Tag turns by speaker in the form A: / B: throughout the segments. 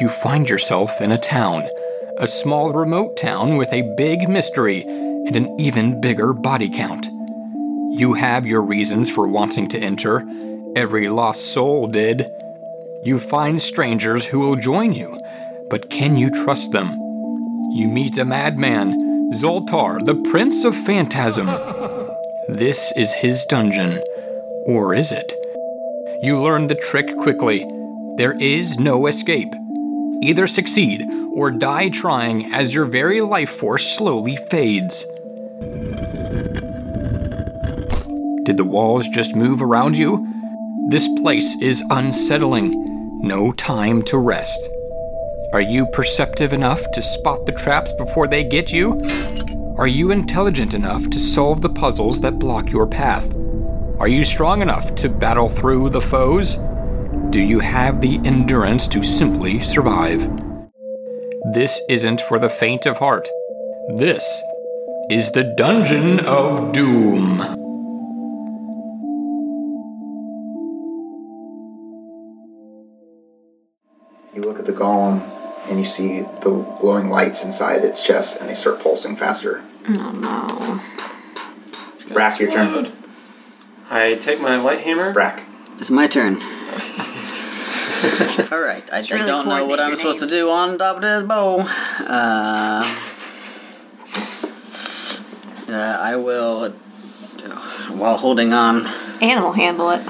A: you find yourself in a town. A small, remote town with a big mystery and an even bigger body count. You have your reasons for wanting to enter. Every lost soul did. You find strangers who will join you, but can you trust them? You meet a madman, Zoltar, the Prince of Phantasm. This is his dungeon, or is it? You learn the trick quickly. There is no escape. Either succeed or die trying as your very life force slowly fades. Did the walls just move around you? This place is unsettling. No time to rest. Are you perceptive enough to spot the traps before they get you? Are you intelligent enough to solve the puzzles that block your path? Are you strong enough to battle through the foes? Do you have the endurance to simply survive? This isn't for the faint of heart. This is the Dungeon of Doom.
B: You look at the golem and you see the glowing lights inside its chest and they start pulsing faster.
C: Oh no.
B: Brack, your turn.
D: I take my light hammer.
B: Brack.
E: It's my turn. All right, I, I
C: really
E: don't know what
C: coordinate
E: I'm
C: your
E: supposed to
C: names.
E: do on top of this bow. Uh, uh, I will, while holding on.
C: Animal handle it.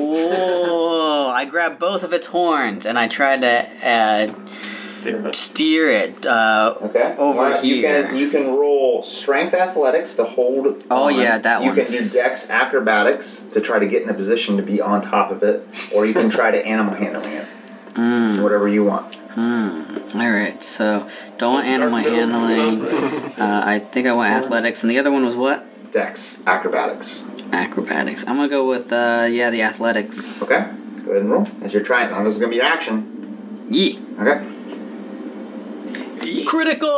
E: Oh, I grab both of its horns and I try to uh,
D: Steer it.
E: steer it uh,
B: Okay.
E: over
B: Why- You
E: here.
B: can you can roll strength athletics to hold.
E: Oh,
B: on.
E: yeah, that
B: You
E: one.
B: can do dex acrobatics to try to get in a position to be on top of it, or you can try to animal handling it.
E: Mm.
B: Whatever you want.
E: All right, so don't animal
D: Dark middle,
E: handling. Uh, I think I went athletics, and the other one was what?
B: Dex acrobatics.
E: Acrobatics. I'm gonna go with uh, yeah, the athletics.
B: Okay. Go ahead and roll as you're trying. Now this is gonna be your action.
E: Yee.
B: Okay.
E: Critical.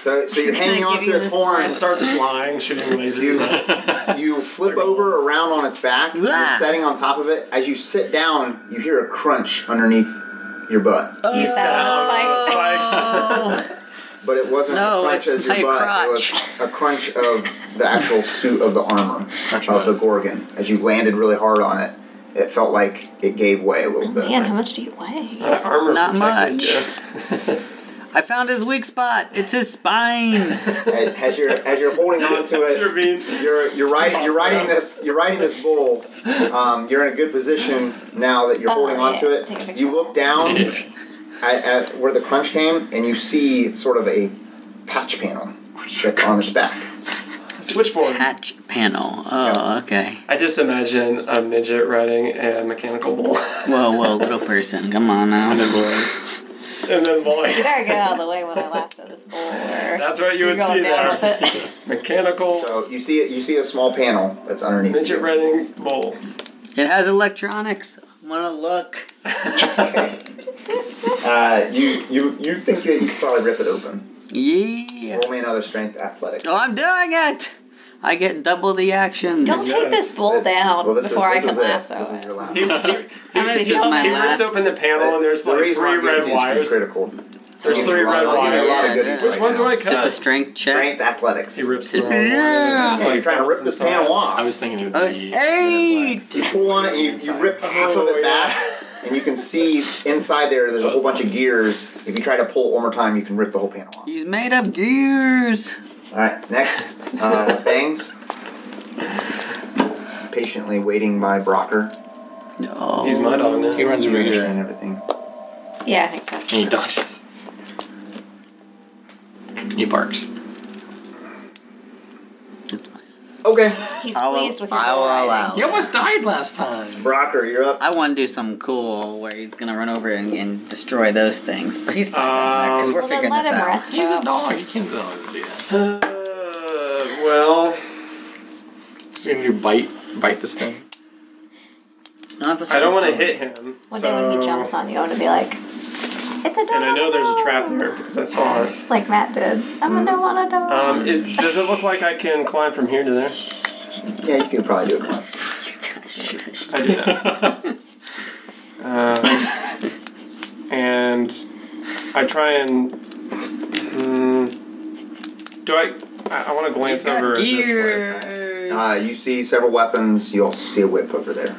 B: So so you're hanging
C: give
B: on to
C: you
B: its
C: this
D: It
B: horns.
D: starts flying, shooting lasers.
B: You you flip over around on its back. and You're
E: Ah.
B: setting on top of it. As you sit down, you hear a crunch underneath your butt.
D: Oh,
C: You satisfied.
D: Spikes.
B: But it wasn't
E: No,
B: a crunch
E: it's
B: as your
E: my
B: butt. It
E: crotch.
B: was a crunch of the actual suit of the armor of the Gorgon. As you landed really hard on it, it felt like it gave way a little bit.
C: Man, how much do you weigh?
D: That armor
E: Not
D: protected
E: much.
D: you.
E: I found his weak spot. It's his spine.
B: As, as you're as you're holding on to
D: That's your
B: it,
D: bean.
B: you're you're riding you're riding this you're riding this bull. Um, you're in a good position now that you're
C: Oh,
B: holding on
C: yeah.
B: to
C: Take a
B: it.
C: picture.
B: You look down at, at where the crunch came, and you see sort of a patch panel that's on its back.
D: Switchboard.
E: Patch panel. Oh, okay.
D: I just imagine a midget riding a mechanical bull.
E: Whoa, whoa, little person. Come on now.
D: and then
C: You
D: like
C: better get out of the way when I laugh at this bowl. That's
D: what you would see there.
C: With it.
D: mechanical
B: So you see you see a small panel that's underneath. you.
D: midget riding bull.
E: It has electronics. I wanna look.
B: Uh, you you you think that you could probably rip it open?
E: Yeah.
B: Roll me another strength athletic.
E: Oh, I'm doing it. I get double the actions.
C: Don't take this bowl down
B: Well, this is-
C: Oh, before
B: this
C: I
B: is
C: can
B: it.
C: lasso
B: This is
C: it.
B: your last.
D: He, he,
C: I'm gonna
D: he,
C: be
D: he,
C: so
E: my
C: mad.
D: rips
E: last.
D: open the panel and Oh, there's
B: The
D: like
B: reason why
D: three
B: I'm giving
D: red
B: it to you is 'cause
D: wires.
B: you're critical.
D: There's three red
B: I'll give you a lot
D: wires.
B: of goodies
D: Which
B: right
D: one do
B: now.
D: I cut?
E: Just a strength check.
B: Strength athletics.
D: He rips the wrong
E: Yeah.
D: wire. It's
B: Yeah, you're trying to rip this panel
F: I
B: off.
F: was thinking it would
E: Uh,
F: be
E: eight.
B: You pull on it and you, you rip half of
D: Oh,
B: it
D: yeah.
B: back, and you can see inside there. There's a whole bunch of gears. If you try to pull it one more time, you can rip the whole panel off.
E: He's made of gears.
B: All right, next uh, fangs. Patiently waiting by Brocker.
E: No.
D: He's my dog now.
F: He runs
B: You
F: over here
B: understand
F: and
B: everything.
C: Yeah, I think so.
F: he dodges. He barks.
B: Okay,
C: He's
E: I'll-
C: pleased with your
E: I'll
C: bowl. I
E: allow.
C: think.
F: He almost died last time.
B: Brocker, you're up.
E: I want to do something cool where he's gonna run over and, and destroy those things, but he's fine because
D: Um,
E: we're
C: Well, then
E: figuring
C: let
E: this
C: him
E: out.
C: rest
F: He's a
C: up.
F: dog. He can't tell him to do that.
D: Uh, well,
F: You're gonna do bite, bite this thing.
E: Not if it's
D: I don't want to
E: control.
D: hit him.
C: One day when
D: so,
C: he jumps on you, I'm gonna be like, "It's a dog."
D: and I know there's a trap there because I saw it.
C: Like Matt did. I'm gonna
B: Mm-hmm.
C: want a dog.
D: Um, it does it look like I can climb from here to there?
B: Yeah, you could probably do it.
D: I do that. um, I try and. Mm, do I? I, I want to glance over at this place.
B: Uh, you see several weapons. You also see a whip over there.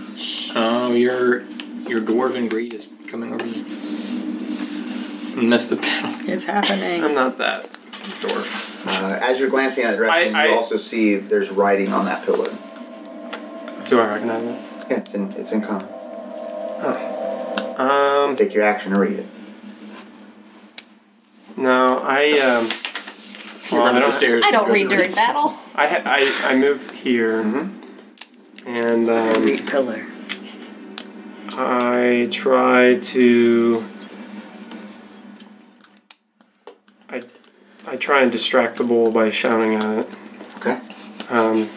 F: Um, your your dwarven greed is coming over you. Missed the panel.
E: It's
D: I'm
E: happening.
D: not that dwarf.
B: Uh, as you're glancing in that direction,
D: I- I-
B: you also see there's writing on that pillow.
D: Do I recognize it?
B: Yeah, it's in it's in common.
D: Um,
B: Take your action and read it.
D: no, I um.
F: You
D: well, I
F: run up the
D: don't-
F: stairs.
C: I
F: and
C: don't
F: goes
C: read
F: and
C: during
F: reads.
C: battle.
D: I ha- I I move here,
F: Mm-hmm.
D: and um,
E: Greed pillar.
D: I try to. I I try and distract the bull by shouting at it.
B: Okay.
D: Um,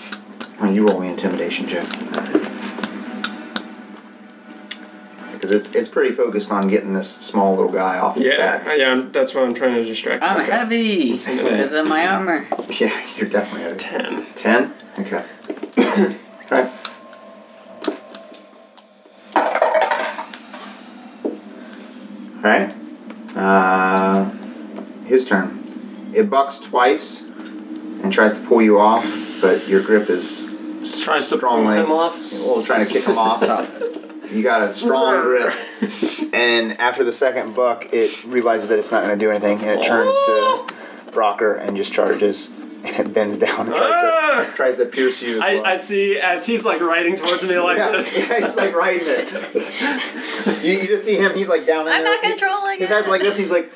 B: Well, you roll me intimidation check. Because it's, it's pretty focused on getting this small little guy off his
D: yeah,
B: back.
D: yeah, I'm- that's what I'm trying to distract.
E: I'm
D: him.
E: heavy because of my armor.
B: Yeah, you're definitely at it.
D: Ten.
B: Ten? Okay. Alright. Alright. Uh, his turn. It bucks twice and tries to pull you off, but your grip is
D: Tries to pull
B: strongly.
D: him off.
B: Well, trying to kick him off. You got a strong grip, and after the second buck, it realizes that it's not going to do anything, and it turns
C: Oh!
B: to Brocker and just charges, and it bends down and tries,
D: Ah!
B: to, tries to pierce you. As
D: I,
B: well.
D: I see as he's like riding towards me like
B: Yeah,
D: this.
B: yeah, he's like riding it. You, you just see him. He's like down. in
C: I'm
B: there.
C: not controlling
B: His
C: it.
B: head's like this. He's like.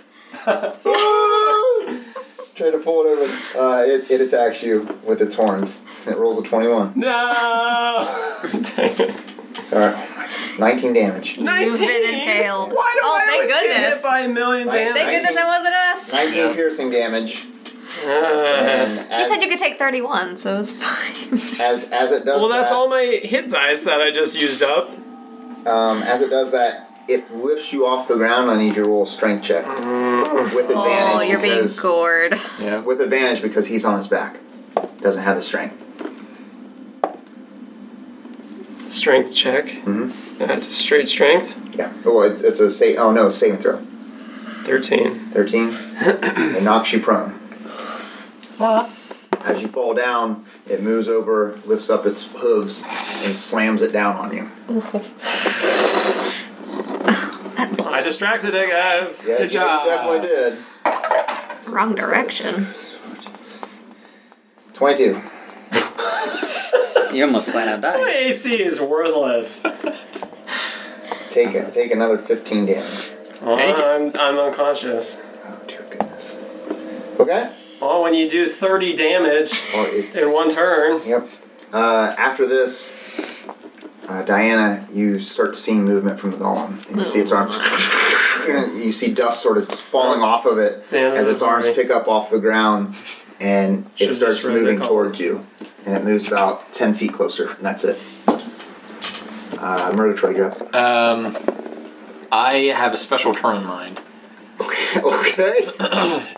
B: Trying to pull it over. Uh, it, it attacks you with its horns. It rolls a 21.
D: No! Dang it.
B: Sorry. 19 damage.
D: 19!
C: You've been impaled.
D: Why do
C: Oh,
D: I
C: thank
D: always get
C: goodness.
D: hit by a million
B: Right,
C: Thank
D: damage?
C: goodness that wasn't us.
B: 19 piercing damage.
D: Ah.
B: And
C: You
B: as,
C: said you could take 31, so it's fine.
B: as, as it does
D: well, that's
B: that,
D: all my hit dice that I just used up.
B: Um, as it does that, it lifts you off the ground. I need you to roll a strength check with advantage
C: Oh, you're being
B: because
C: gored.
F: Yeah.
B: with advantage because he's on his back. Doesn't have his strength.
D: Strength check. Mm-hmm. straight strength.
B: Yeah. Well, it's, it's a save. Oh no, saving throw.
D: 13.
B: Thirteen. it knocks you prone. As you fall down, it moves over, lifts up its hooves, and slams it down on you.
D: I distracted it, guys.
B: Yeah,
F: Good
B: you
F: job.
B: definitely did.
C: Wrong direction.
B: Twenty-two.
E: You almost flat out
D: My
E: died.
D: AC is worthless.
B: Take it. Take another fifteen damage.
D: Oh,
F: Take it.
D: I'm, I'm unconscious.
B: Oh dear goodness. Okay.
D: Oh, when you do 30 damage
B: Oh, it's.
D: in one turn.
B: Yep. Uh, after this, uh, Diana, you start seeing movement from the golem, and you see its arms. you see dust sort of falling off of it
D: Sam,
B: as its arms
D: sorry.
B: pick up off the ground, and it
D: Should've
B: starts
D: just read the
B: moving
D: column.
B: towards you, and it moves about ten feet closer, and that's it. Uh, Murder Troy, you're up.
F: Um, I have a special turn in mind.
B: Okay. okay.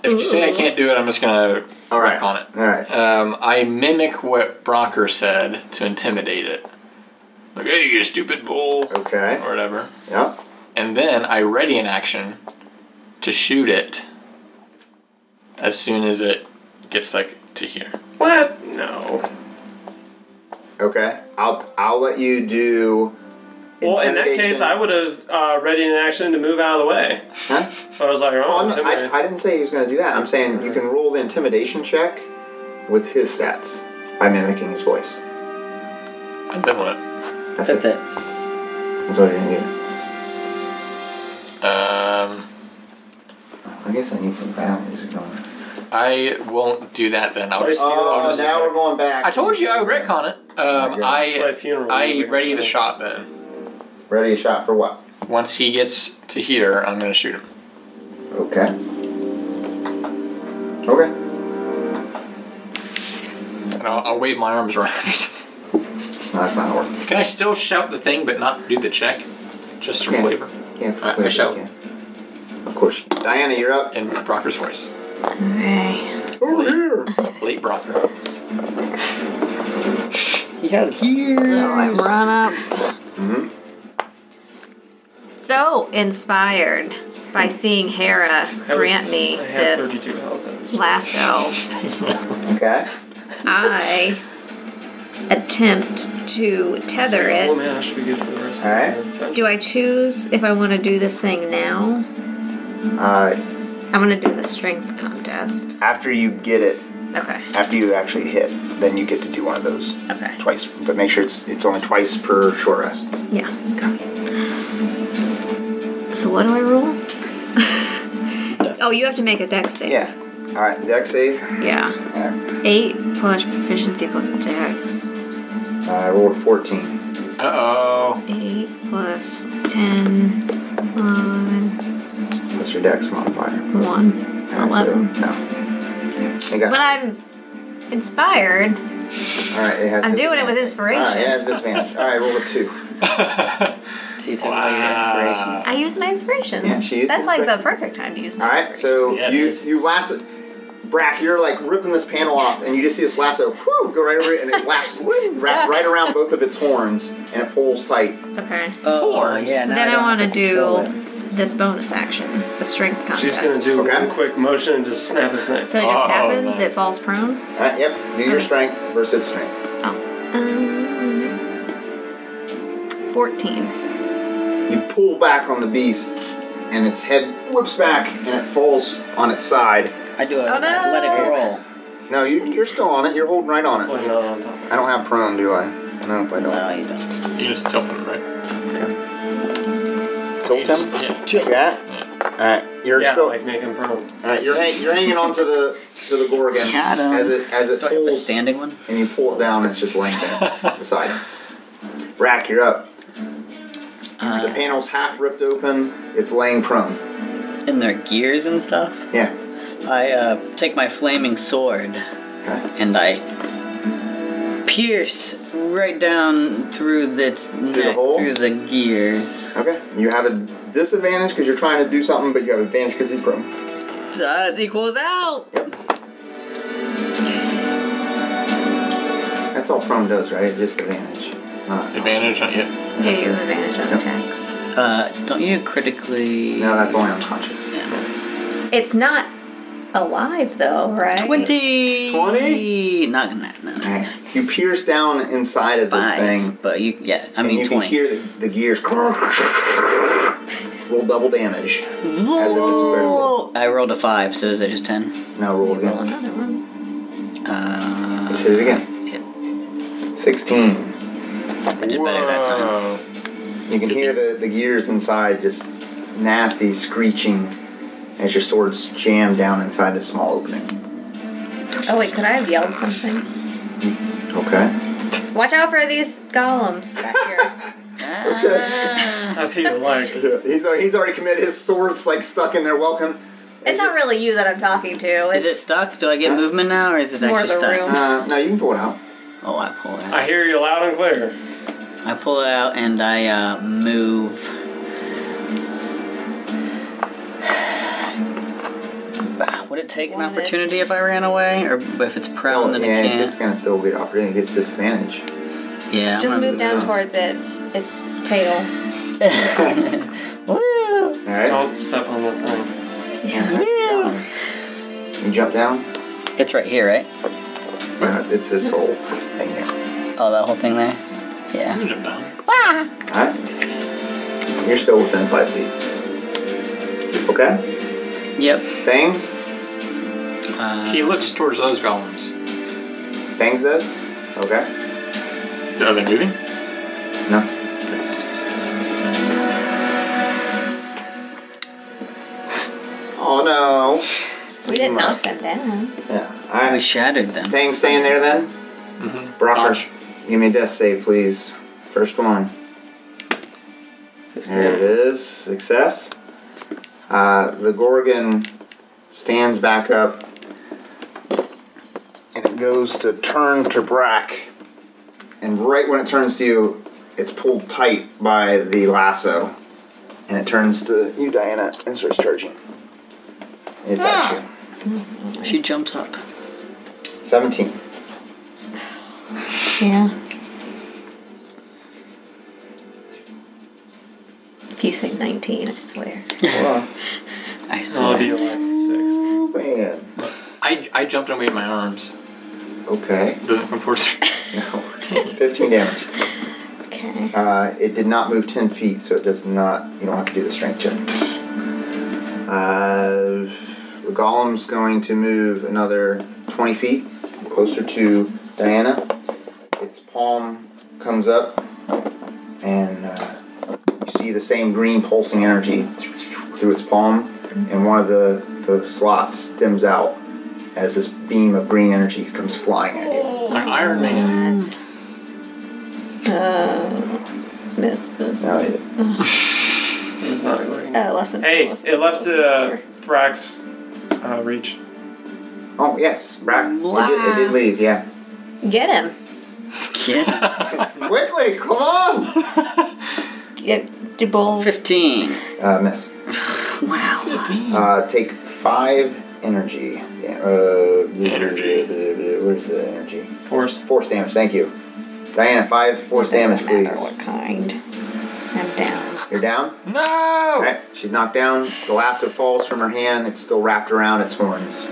F: If you say I can't do it, I'm just gonna
B: All right.
F: on it.
B: All right.
F: Um, I mimic what Brocker said to intimidate it. Like, hey, you stupid bull,
B: Okay.
F: or whatever.
B: Yep.
F: And then I ready an action to shoot it as soon as it gets like to here.
D: What? No.
B: Okay. I'll I'll let you do.
D: Well, in that case,
B: intimidation.
D: I would have uh, ready an action to move out of the way.
B: Huh?
D: I was like,
B: Well,
D: oh,
B: I'm not-
D: intimidate.
B: I, I didn't say he was going to do that. I'm saying you can roll the intimidation check with his stats by mimicking his voice.
F: And then what?
B: That's,
E: That's it.
B: That's what you're going to do.
F: Um,
B: I guess I need some battle music going.
F: I won't do that then. I'll just.
B: Oh,
F: I'll just
B: now we're going back.
F: I told you I would retcon it. Um,
D: Play
F: I
D: funeral
F: I
D: music or
F: ready the
D: something.
F: shot then.
B: Ready a shot for what?
F: Once he gets to here, I'm gonna shoot him.
B: Okay. Okay.
F: And I'll, I'll wave my arms around.
B: No, that's not going to work.
F: Can I still shout the thing but not do the check? Just for
B: Yeah.
F: flavor.
B: Yeah, for
F: I- I
B: clear, you
F: shall.
B: can. Of course. Diana, you're up.
F: In Brocker's voice.
C: Okay.
B: Over here.
F: Late Brocker.
E: He has gear.
C: So I run up. so inspired by seeing Hera
D: I was-
C: grant me
D: I have 32
C: this
D: health and it's-
C: lasso.
B: Okay.
C: I attempt to tether
D: Well,
C: it.
D: man, I should be good for the rest
B: Alright.
D: of the
C: Do I choose if I want to do this thing now?
B: Uh,
C: I'm going to do the strength contest.
B: after you get it,
C: Okay.
B: after you actually hit, then you get to do one of those
C: Okay.
B: twice. But make sure it's it's only twice per short rest.
C: Yeah. So what do I roll? oh, you have to make a dex save.
B: Yeah. All right. Dex save.
C: Yeah.
B: All right.
C: Eight plus proficiency plus dex.
B: Uh, I rolled a fourteen.
F: Uh oh.
C: Eight plus ten. One.
B: What's your dex modifier?
C: One.
B: All right,
C: Eleven.
B: So, no. You got-
C: But I'm inspired.
B: all right. It has
C: I'm doing
B: disadvantage.
C: it with
B: All
C: inspiration.
B: right. Ah, Yeah. Disadvantage. All right. Roll a two.
E: So you took away your inspiration.
C: I used my inspiration.
B: Yeah, she used
C: That's like the
B: inspiration.
C: perfect time to use my
B: All right.
C: inspiration.
B: So
F: Yeah,
B: you
F: nice.
B: you lasso. Brack, you're like ripping this panel off, and you just see this lasso whew, go right over it, and it wraps, wraps right around both of its horns, and it pulls tight.
C: Okay.
E: Oh, yeah, now
C: then I,
E: don't
C: want to
E: have control
C: do
E: it.
C: this bonus action, the strength contest.
D: She's gonna do
B: Okay.
D: one quick motion and just snap his neck.
C: So it just
F: Oh,
C: happens. It
F: nice.
C: falls prone.
B: All right, yep. Do your strength versus its strength.
C: Oh. Um, Fourteen.
B: You pull back on the beast, and its head whips back, and it falls on its side.
E: I do an
C: Oh, no.
E: athletic roll.
B: No, you, you're still on it. You're holding right on it.
D: Like, not on top.
B: I don't have prone, do I? Nope, I
E: No,
B: don't.
E: you don't.
F: You just tilt him, right?
B: Okay.
F: You
B: Tilt
F: just-
B: him.
F: yeah.
B: Yeah. All right, you're
D: Yeah,
B: still.
D: like make him prone.
B: all right, you're, hang, you're hanging on to the to the gorgon
E: Got him.
B: as it as it
E: Do I have a
B: pulls, and
E: standing one?
B: you pull it down. It's just laying there beside it. Rack, you're up. the panel's half ripped open. It's laying prone.
E: And their gears and stuff?
B: Yeah.
E: I uh, take my flaming sword
B: Okay.
E: and I pierce right down through its
B: the
E: neck,
B: hole?
E: through the gears.
B: Okay, you have a disadvantage because you're trying to do something, but you have advantage because he's prone.
E: Does equals out.
B: Yep. That's all prone does, right? It's just advantage. It's not.
F: Advantage, not yet.
C: Yeah, you have advantage on
B: Yep.
C: attacks.
E: Uh, don't you critically?
B: No, that's only unconscious.
C: It's not alive though, right?
E: Twenty.
B: 20?
E: Not gonna. No, no.
B: Okay. You pierce down inside of this
E: Five.
B: thing,
E: But you, yeah. I
B: and
E: mean,
B: you
E: twenty.
B: can hear the, the gears. roll double damage. as if it's vertical.
E: I rolled a five, so is it just ten?
B: No, roll
C: Roll
B: again.
C: another one.
E: Uh,
B: Let's hit it again.
E: yeah,
B: Sixteen.
E: I did better that time.
B: You can hear the, the gears inside just nasty screeching as your sword's jammed down inside the small opening.
C: Oh wait, could I have yelled something?
B: Okay.
C: Watch out for these golems back here.
D: As he's like,
B: He's, al- he's already committed. His sword's like stuck in there. Welcome.
C: it's not really you that I'm talking to.
E: Is it
C: It's
E: stuck? Do I get movement now, or is it
C: more
E: actually
C: the
E: stuck?
C: room.
B: Uh, no, you can pull it out.
E: Oh, I pull it out.
D: I hear you loud and clear.
E: I pull it out and I uh, move. Would it take an
C: Wanted.
E: opportunity if I ran away, or if it's prone, Oh, then
B: yeah,
E: it can't?
B: it's gonna still get opportunity. It gets disadvantage.
E: yeah, I'm
C: Just
E: gonna
C: move down
E: it.
C: towards its its tail.
E: Woo!
B: All right.
D: Don't step on the thing.
E: Woo!
B: You jump down.
E: It's right here, right?
B: Uh, it's this whole thing here.
E: Oh, that whole thing there. Yeah.
F: You jump down.
B: All right. You're still within five feet. Okay.
E: Yep.
B: Fangs.
E: Uh,
F: He looks towards those golems.
B: Fangs does. Okay.
F: Are they moving?
B: No. Oh no.
C: We didn't knock them down.
B: Yeah. All right.
E: we shattered them.
B: Thing staying there then? Brocker, give me a death save, please. First one. There it
D: 15.
B: is. Success. Uh, the Gorgon stands back up and it goes to turn to Brack. And right when it turns to you, it's pulled tight by the lasso. And it turns to you, Diana, and starts charging. It attacks you.
E: She jumps up.
B: 17.
C: Yeah. If you say 19, I swear.
E: I
D: I'll
F: Oh,
E: swear.
D: be like
B: Oh, man.
F: I, I jumped and waved my arms.
B: Okay.
F: Doesn't come towards.
B: 15 damage.
C: Okay.
B: Uh, it did not move 10 feet, so it does not. You don't have to do the strength check. Uh, the golem's going to move another 20 feet closer to Diana. Its palm comes up, and uh, you see the same green pulsing energy th- through its palm, and one of the, the slots dims out as this beam of green energy comes flying at you.
F: Like Iron Man.
C: That's. Uh, this was.
B: Now it-
D: six. It's not going.
C: Uh, less than.
D: Hey,
C: less than-
D: it
C: less
D: left
C: than
D: uh,
C: four.
D: Brax uh, reach.
B: Oh yes, Brack. It, did, it did leave. Yeah.
C: Get him.
E: Kid.
B: Quickly, come on.
C: Get the balls.
E: 15.
B: Uh, miss.
E: Wow.
B: Uh, take five energy. Yeah, uh,
F: Energy.
B: Where's the energy?
D: Force.
B: Force damage. Thank you, Diana. Five force damage,
C: Doesn't matter
B: please.
C: What kind? I'm down.
B: You're down.
C: Hmm.
B: All
F: No!
B: right. She's knocked down. The lasso falls from her hand. It's still wrapped around its horns.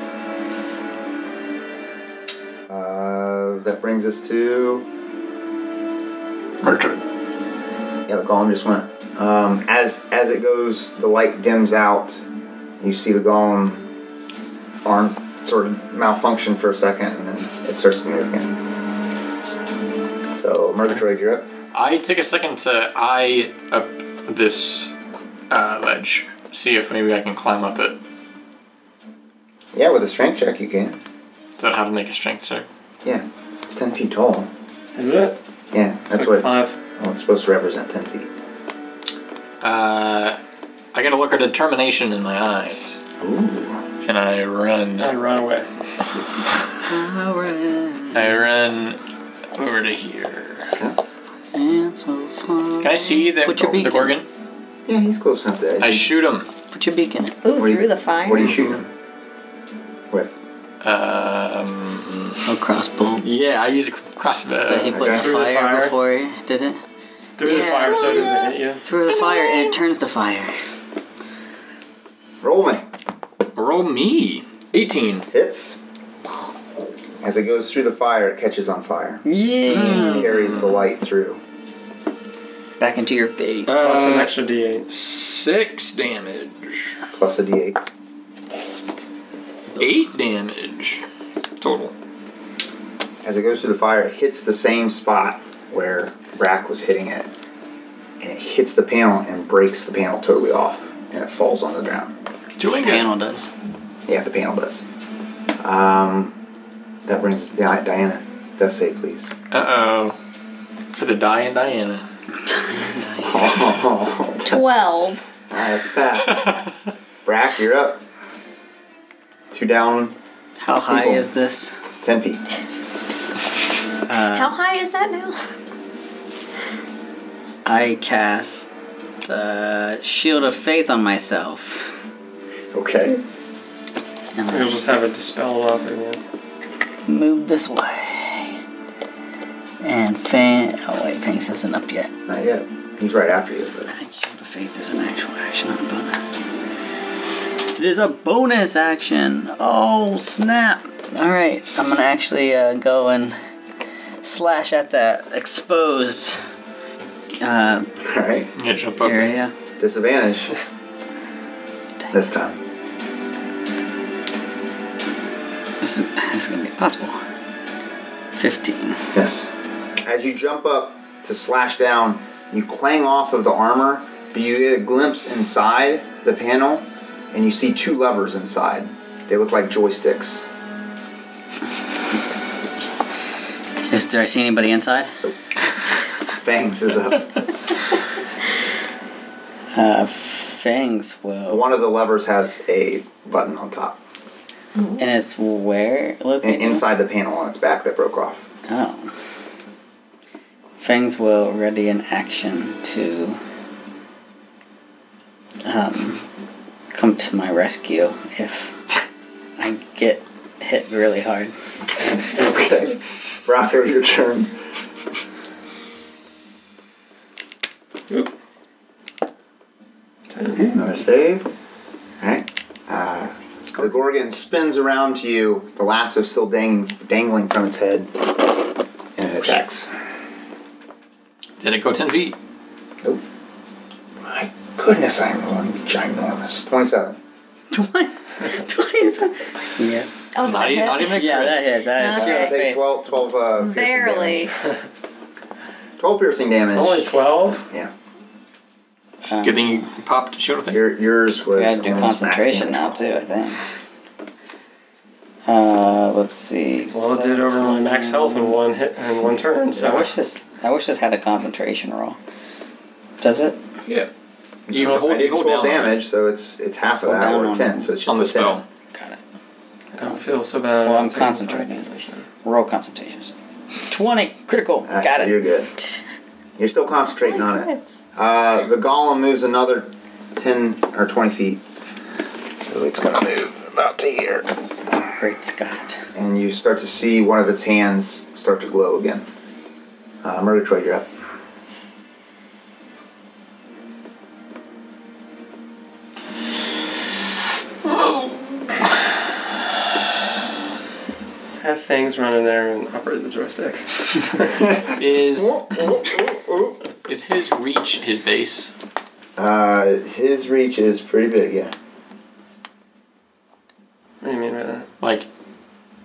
B: Uh, that brings us to
F: Merchant.
B: Yeah, the golem just went. Um, as as it goes, the light dims out. You see the golem arm sort of malfunction for a second, and then it starts to move again. So, Murgatroyd, you're up.
F: I take a second to eye up this uh, ledge. See if maybe I can climb up it.
B: Yeah, with a strength check, you can.
F: So I'd have to make a strength check.
B: Yeah, it's ten feet tall.
D: Is it?
B: Yeah, that's
D: It's
B: what
D: like
B: it,
D: Five.
B: well, it's supposed to represent. Ten feet.
F: Uh, I got a look of determination in my eyes.
B: Ooh.
F: And I run.
D: I run away.
E: Alright.
F: I run over to here.
E: And so far.
F: Can I see the,
E: Put your
F: the
E: beacon.
F: Gorgon?
B: Yeah, he's close enough to.
F: I shoot him.
E: Put your beak in it.
C: Ooh,
B: What are you-
C: through the fire.
B: what are you shooting him with?
F: Um,
E: Oh, crossbow.
F: yeah, I use a cr- crossbow.
E: But he put
B: Okay.
E: the
D: Through the
E: fire,
D: fire.
E: before he did it.
D: Through the
E: Yeah.
D: fire so it doesn't hit you.
E: Through the fire and it turns to fire.
B: Roll me.
F: Roll me. 18.
B: Hits. As it goes through the fire, it catches on fire.
E: Yeah.
B: Carries the light through.
E: Mm. Back into your face.
D: Plus an
F: Uh,
D: extra d8.
F: 6 damage.
B: Plus a d8.
F: 8 damage total.
B: As it goes through the fire, it hits the same spot where Rack was hitting it. And it hits the panel and breaks the panel totally off. And it falls on the ground.
F: Doing
E: Panel
F: good.
E: does.
B: Yeah, the panel does. Um, that brings us to Di- Diana. Death save, please.
F: Uh oh. For the dying Diana.
B: Oh, that's,
C: 12.
B: that's bad. Rack, you're up. Two down,
E: How high
B: People.
E: is this?
B: ten feet.
F: Uh,
C: How high is that now?
E: I cast uh, Shield of Faith on myself.
B: Okay.
E: And
D: You'll
E: I
D: just have it dispelled off again.
E: move this way. And Fang. Oh, wait, Fang's isn't up yet.
B: Not yet. He's right after you. But
E: Shield of Faith is an actual action, not a bonus. It is a bonus action. Oh snap! All right, I'm gonna actually uh, go and slash at that exposed uh,
B: All right.
F: Yeah, jump up.
E: area.
B: Disadvantage. this time.
E: This is this is gonna be impossible. Fifteen.
B: Yes. As you jump up to slash down, you clang off of the armor, but you get a glimpse inside the panel, and you see two levers inside. They look like joysticks.
E: Is did I see anybody inside?
B: Fangs is up.
E: Uh, Fangs will.
B: One of the levers has a button on top,
E: And it's where
B: and
E: located.
B: inside the panel on its back that broke off.
E: Oh. Fangs will ready an action to um, come to my rescue if I get hit really hard.
B: Okay. Rocker, your turn.
D: Oop.
B: Another save. Alright. Uh, the Gorgon spins around to you, the lasso still dang- dangling from its head, and it attacks.
F: Did it go 10 feet?
B: Nope. My goodness, I'm rolling ginormous. 27.
E: Twice. Twice. Yeah.
C: Oh, is
F: Not,
C: that
F: e-
C: hit?
F: not even a crit.
E: Yeah, that hit. That is
C: Okay.
E: great.
B: I take 12, 12 uh, piercing
C: Barely.
B: damage. 12 piercing damage.
D: Only 12?
B: yeah.
F: Good thing you popped shoulder thing.
B: Your, yours was.
E: We gotta do
B: only max
E: concentration now
B: damage.
E: too, I think. Uh, let's see.
D: Well, it did over my max health in one hit in one turn, so.
E: I wish this. I wish this had a concentration roll. Does it?
F: Yeah. You
D: So
F: hold,
B: I did
F: you hold
B: 12
F: down
B: damage, so it's it's half of
E: Hold
B: that,
E: down
B: or
E: on-
B: 10, so it's just
F: on the
B: a 10.
F: spell.
E: Got it.
D: I don't feel so bad.
E: Well,
D: about
E: I'm
D: taking five
E: concentrating.
D: damage now.
E: Roll concentrations. Twenty critical.
B: All right,
E: Got
B: so
E: it.
B: You're good. You're still concentrating on it. Uh, the golem moves another 10 or 20 feet. So it's going to move about to here.
E: Great Scott.
B: And you start to see one of its hands start to glow again. Uh, Murder Troy, you're up.
D: Have things run in there and operate the joysticks.
F: Is, is his reach his base?
B: Uh, his reach is pretty big, yeah.
D: What do you mean by that?
F: Like,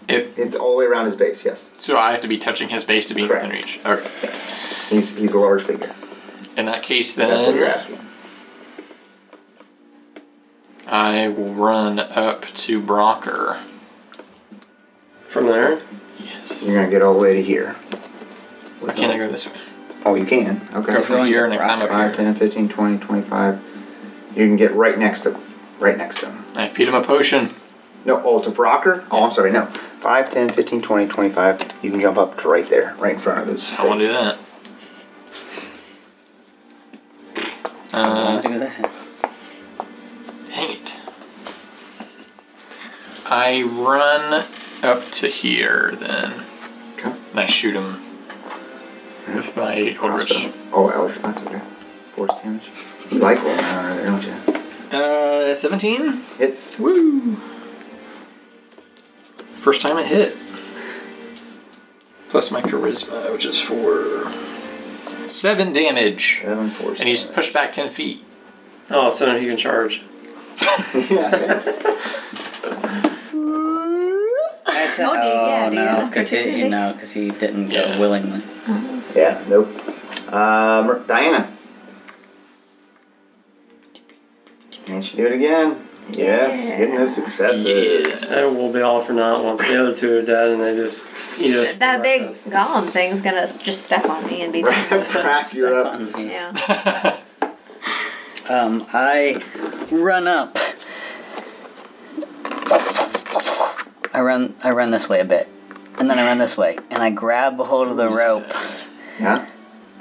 F: if,
B: It's all the way around his base, yes.
F: so I have to be touching his base to be
B: Correct.
F: within reach. Okay.
B: He's, he's a large figure.
F: In that case,
B: That's what you're
F: then
B: asking.
F: I will run up to Brocker.
D: From there?
F: Yes.
B: You're going to get all the way to here.
F: Why can't I go this way?
B: Oh, you can. Okay.
F: Go from
E: going
F: here and
E: to
F: I climb up
B: 5,
F: here.
B: 10, 15, 20, 25. You can get right next to right next to him.
F: I feed him a potion.
B: No, oh, to Brocker? Oh, I'm sorry, no. 5, 10, 15, 20, 25. You can jump up to right there, right in front of this.
F: I want to do that. Uh,
E: Look at that.
F: Hang it. I run up to here then.
B: Okay.
F: And I shoot him with my Eldritch.
B: Crossbow. Oh, Eldritch Blast, okay. Force damage. You like rolling around over there, don't you?
F: Uh, 17?
B: It's.
F: Woo! First time it hit. Plus my charisma, which is for seven damage.
B: 7 force.
F: And he's
B: damage.
F: pushed back 10 feet.
D: Oh, so now he can charge.
B: yeah, thanks.
E: That's a,
C: Oh,
E: oh,
C: do you- yeah, do you
E: no,
C: have
E: because he, you
C: opportunity?
E: know, 'cause he didn't go
F: Yeah.
E: willingly.
B: yeah, nope. Uh, Mer- Diana. And she do it again. Yes, getting those successes.
D: That will be all for now once the other two are dead and they just eat us. for
C: That big
D: breakfast.
C: golem thing's gonna s- just step on me and be done.
B: Raph, you're up.
C: Yeah. Oh,
E: Um, I run up. I run. I run this way a bit, and then I run this way, and I grab a hold of the rope.
B: Yeah?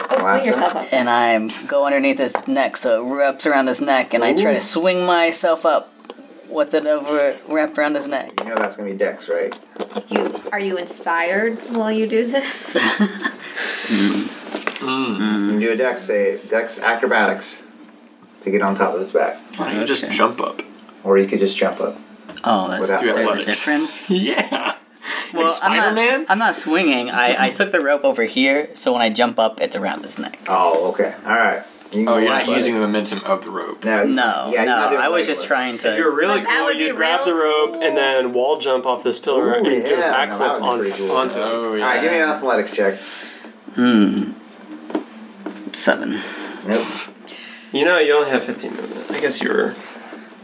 C: Oh,
B: Lasso?
C: swing yourself up.
E: and I go underneath his neck, so it wraps around his neck, and I try to swing myself up with it over wrapped around his neck.
B: You know that's gonna be Dex, right?
C: You are you inspired while you do this?
B: You can do a Dex save, Dex acrobatics, to get on top of its back,
F: Why don't you just
E: Okay.
F: jump up?
B: or you could just jump up.
E: Oh, that's
B: Without
E: there's
F: athletics.
E: a difference.
F: Yeah.
E: Well, I'm
F: Spider-Man?
E: not. I'm not swinging. I, I took the rope over here, so when I jump up, it's around his neck.
B: Oh, okay, all right. You can
F: Oh,
B: go
F: you're not
B: athletics.
F: using the momentum of the rope.
B: No, he's-
E: No,
B: yeah, he's
E: no.
B: not doing
E: I was
B: legless.
E: just trying
D: If you're
E: to.
D: really
C: But that
D: cool,
C: would be
D: you grab the
C: real
D: rope and
C: cool.
D: then wall jump off this pillar
B: Ooh,
D: and do a
B: yeah, no, that
D: backflip
B: would be
D: onto,
B: pretty cool.
D: onto it.
F: Oh,
B: All right, give me
E: uh,
F: yeah.
B: an athletics check.
E: Hmm. Seven.
B: Nope,
D: You know, you only have 15 movement. I guess you were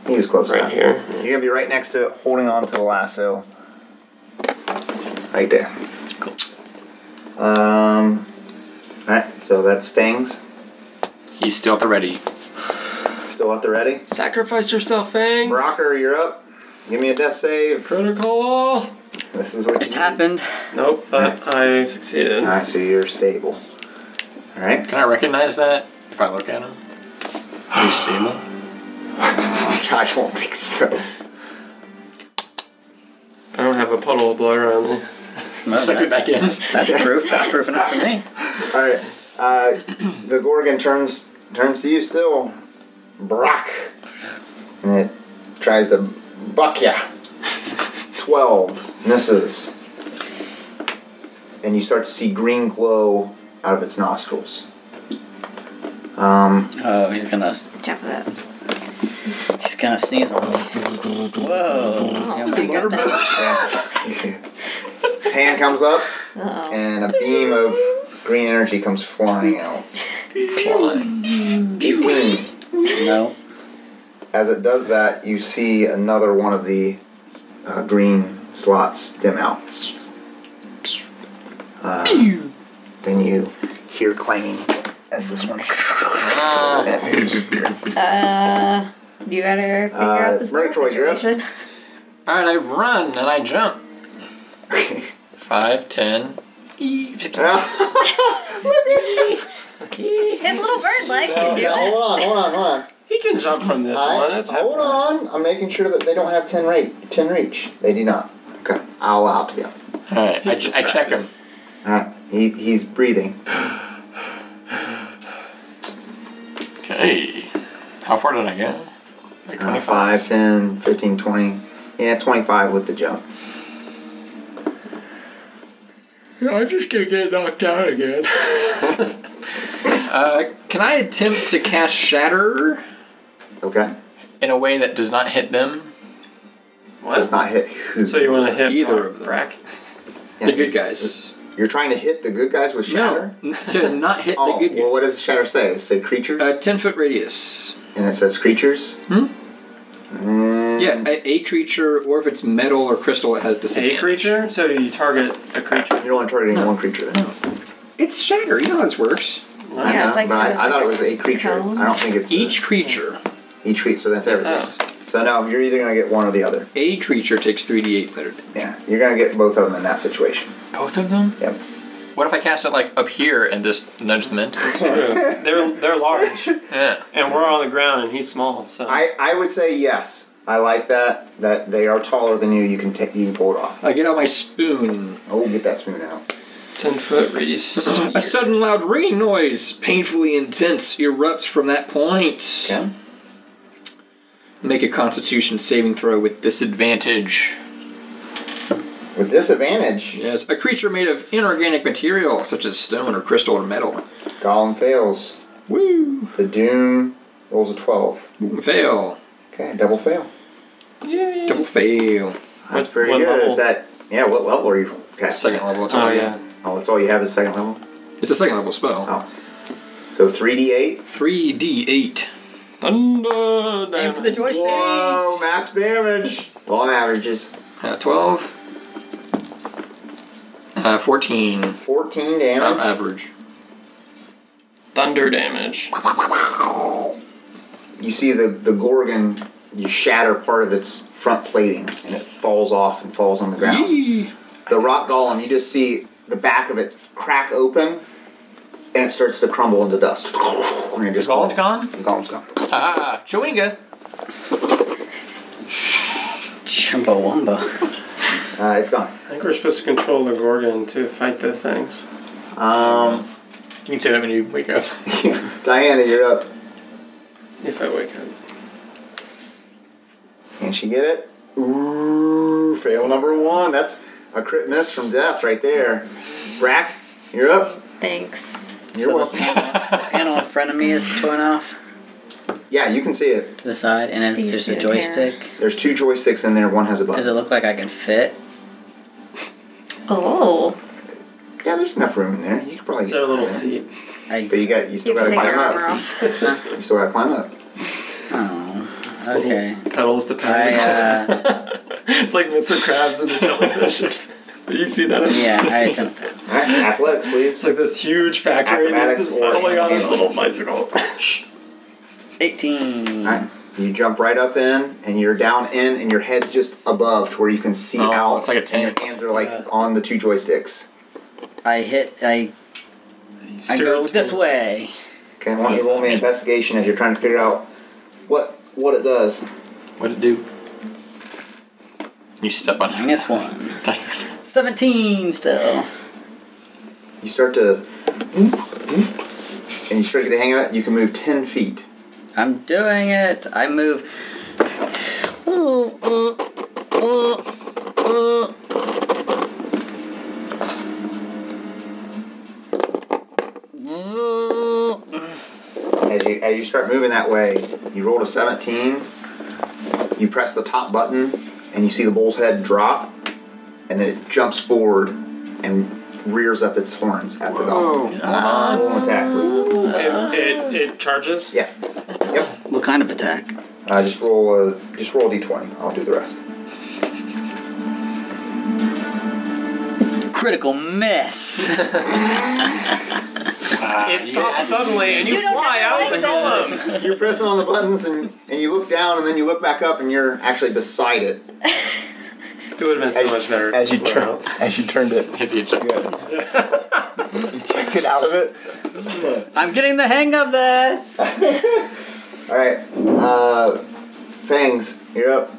B: he was close
D: right
B: enough.
D: here.
B: You're gonna be right next to it, holding on to the lasso. Right there.
E: Cool.
B: Um. All right, so that's Fangs.
F: He's still at the ready.
B: Still up the ready.
D: Sacrifice yourself, Fangs.
B: Brocker, you're up. Give me a death save.
D: Critical.
B: This is what you
E: It's
B: need.
E: happened.
D: Nope, but I succeeded.
B: All right, so you're stable. All right.
F: Can I recognize that if I look at him? Are you stable?
B: I don't think so.
D: I don't have a puddle of blood around me.
F: Suck it back in.
E: That's proof. That's proof enough for me.
B: All right. Uh, the Gorgon turns turns to you still, Brock. And it tries to buck ya. 12 misses. And you start to see green glow out of its nostrils. Um,
E: Oh, he's gonna
C: Jump it up.
E: he's gonna sneeze on me. Whoa!
C: Oh,
E: Yeah,
C: my
E: he's got
C: goodness.
E: that.
B: yeah. Hand comes up,
C: Uh-oh.
B: and a beam of green energy comes flying out.
F: Flying.
B: 18.
E: No.
B: As it does that, you see another one of the uh, green slots dim out. Uh, then you hear clanging as this one.
F: Ah,
C: Uh, you gotta figure
B: Uh,
C: out this
B: Murgatroyd,
C: ball
B: you're up.
C: situation.
F: all right, I run and I jump. Five, ten,
C: His little bird legs can do
B: Yeah,
C: it.
B: hold on, hold on, hold on.
D: He can jump from this one.
B: I,
D: That's
B: hold on. I'm making sure that they don't have 10 rate, 10 reach. They do not. Okay. I'll allow it to go.
F: All right, I, ch- I
D: distracted.
F: check him.
B: All right. He, he's breathing. Uh,
F: Okay. How far did I get? Like
B: Uh,
F: 25.
B: 5, 10, 15, 20. Yeah, 25 with the jump.
D: I'm just gonna get knocked out again.
F: Uh, can I attempt to cast Shatter
B: Okay.
F: in a way that does not hit them?
B: Does
D: What?
B: not hit who?
D: So you want to hit
F: Either
D: Brock-
F: of them.
D: Brack?
B: Yeah.
F: The good guys.
B: You're trying to hit the good guys with shatter?
F: No, to not hit
B: Oh,
F: the good
B: well,
F: guys.
B: what does shatter say? It say creatures?
F: Uh, 10 foot radius.
B: and it says creatures? Hmm?
F: Yeah, a, a creature, or if it's metal or crystal, it has
D: A
F: disadvantage.
D: creature. So you target a creature.
B: You're only targeting one creature then.
F: It's Shatter. You know how this works.
B: I
C: Yeah, it's
B: know,
C: like
B: but
C: the-
B: I, I thought it was a creature.
C: cone.
B: I don't think it's
F: Each
B: each.
F: creature,
B: each creature. So that's everything. So no, you're either gonna get one or the other.
F: a creature takes 3d8 letter damage.
B: Yeah, you're gonna get both of them in that situation.
F: Both of them?
B: Yep.
F: What if I cast it like up here and just nudge them in?
D: They're they're large,
F: yeah.
D: and we're on the ground, and he's small. So
B: I, I would say yes. I like that. That they are taller than you. You can take you can pull it off.
F: I get out my spoon.
B: Oh, get that spoon out.
D: ten foot radius.
F: A sudden loud ringing noise, painfully intense, erupts from that point.
B: Okay.
F: Make a constitution saving throw with disadvantage.
B: With disadvantage,
F: Yes, a creature made of inorganic material, such as stone or crystal or metal.
B: Gollum fails.
F: Woo!
B: The Doom rolls a twelve.
F: Fail.
B: Okay, double fail.
D: Yay.
F: Double fail.
B: That's
D: What-
B: pretty
D: what
B: good.
D: level?
B: Is that yeah? What level are you? Okay.
F: Second level, that's all
D: Oh
F: I
D: yeah.
F: got.
B: Oh, that's all you have is second level.
F: It's a second level spell.
B: Oh. So three d eight.
F: 3d8.
D: Thunder.
C: Aim for the joystick.
B: Whoa, max damage. Long averages.
F: Uh, 12. Uh, 14. Um,
B: Fourteen damage.
F: average.
D: Thunder damage.
B: you see the the gorgon you shatter part of its front plating and it falls off and falls on the ground
F: Yee.
B: the rock golem you just see the back of it crack open and it starts to crumble into dust and it just
F: The golem's
B: goes.
F: gone?
B: the golem's gone
F: Ah, Chewinga.
E: Chumbawamba.
B: uh, it's gone
D: I think we're supposed to control the gorgon to fight the things.
B: um,
F: You can say that when you wake up.
B: diana you're up
D: If I wake up.
B: can she get it ooh fail number one that's a crit miss from death right there rack you're up
C: Thanks.
B: you're
E: So the
B: welcome.
E: panel, panel in front of me is torn off
B: yeah you can see it
E: to the side, and
C: So you
E: it's just
C: see
E: a
C: the hair.
E: joystick.
B: there's two joysticks in there one has a button
E: Does it look like I can fit?
C: Oh.
B: Yeah, there's enough room in there. You could probably
D: Is
B: get
D: there a little
B: in there.
D: seat?
E: I
B: But you got you still
C: You have
B: gotta
C: to take your
B: climb
C: armor
B: up.
C: off.
B: You still gotta climb up.
E: oh okay.
D: Pedals to
E: I
D: pedal.
E: uh
D: it's like Mr. Krabs and the jellyfish. Do you see that?
E: yeah I attempt that.
B: Alright, athletics
D: It's
B: please.
D: like this huge factory and he's
B: Acrobatics
D: just
B: or-
D: pedaling on this little bicycle.
E: Eighteen.
B: Alright. You jump right up in and you're down in and your head's just above to where you can see
F: Oh,
B: out.
F: it's like a
B: and
F: tank.
B: your hands are like
D: Yeah.
B: on the two joysticks.
E: I hit. I I go this way.
B: Okay, I want you to roll me an investigation as you're trying to figure out what what it does.
F: What'd it do? You step on it.
E: Minus one. Seventeen still.
B: You start to and you start to get the hang of it, you can move ten feet.
E: I'm doing it. I move.
B: As you, as you start moving that way, you rolled a 17. You press the top button, and you see the bull's head drop, and then it jumps forward and rears up its horns at the dog. Roll an attack, please.
D: It, it, it charges.
B: Yeah. Yep.
E: What kind of attack?
B: Uh, just roll a just roll d d20. I'll do the rest.
E: Critical miss.
F: Ah,
D: It stops suddenly, and you,
C: You don't
D: fly
C: have
D: out the golem.
B: You're pressing on the buttons and, and you look down and then you look back up and you're actually beside it
D: It would have been so much better.
B: as you
D: if it were
B: turn
D: out.
B: as you turned it.
F: Hit the eject.
B: Good. you kicked it out of it.
E: I'm getting the hang of this.
B: All right, uh, Fangs, you're up.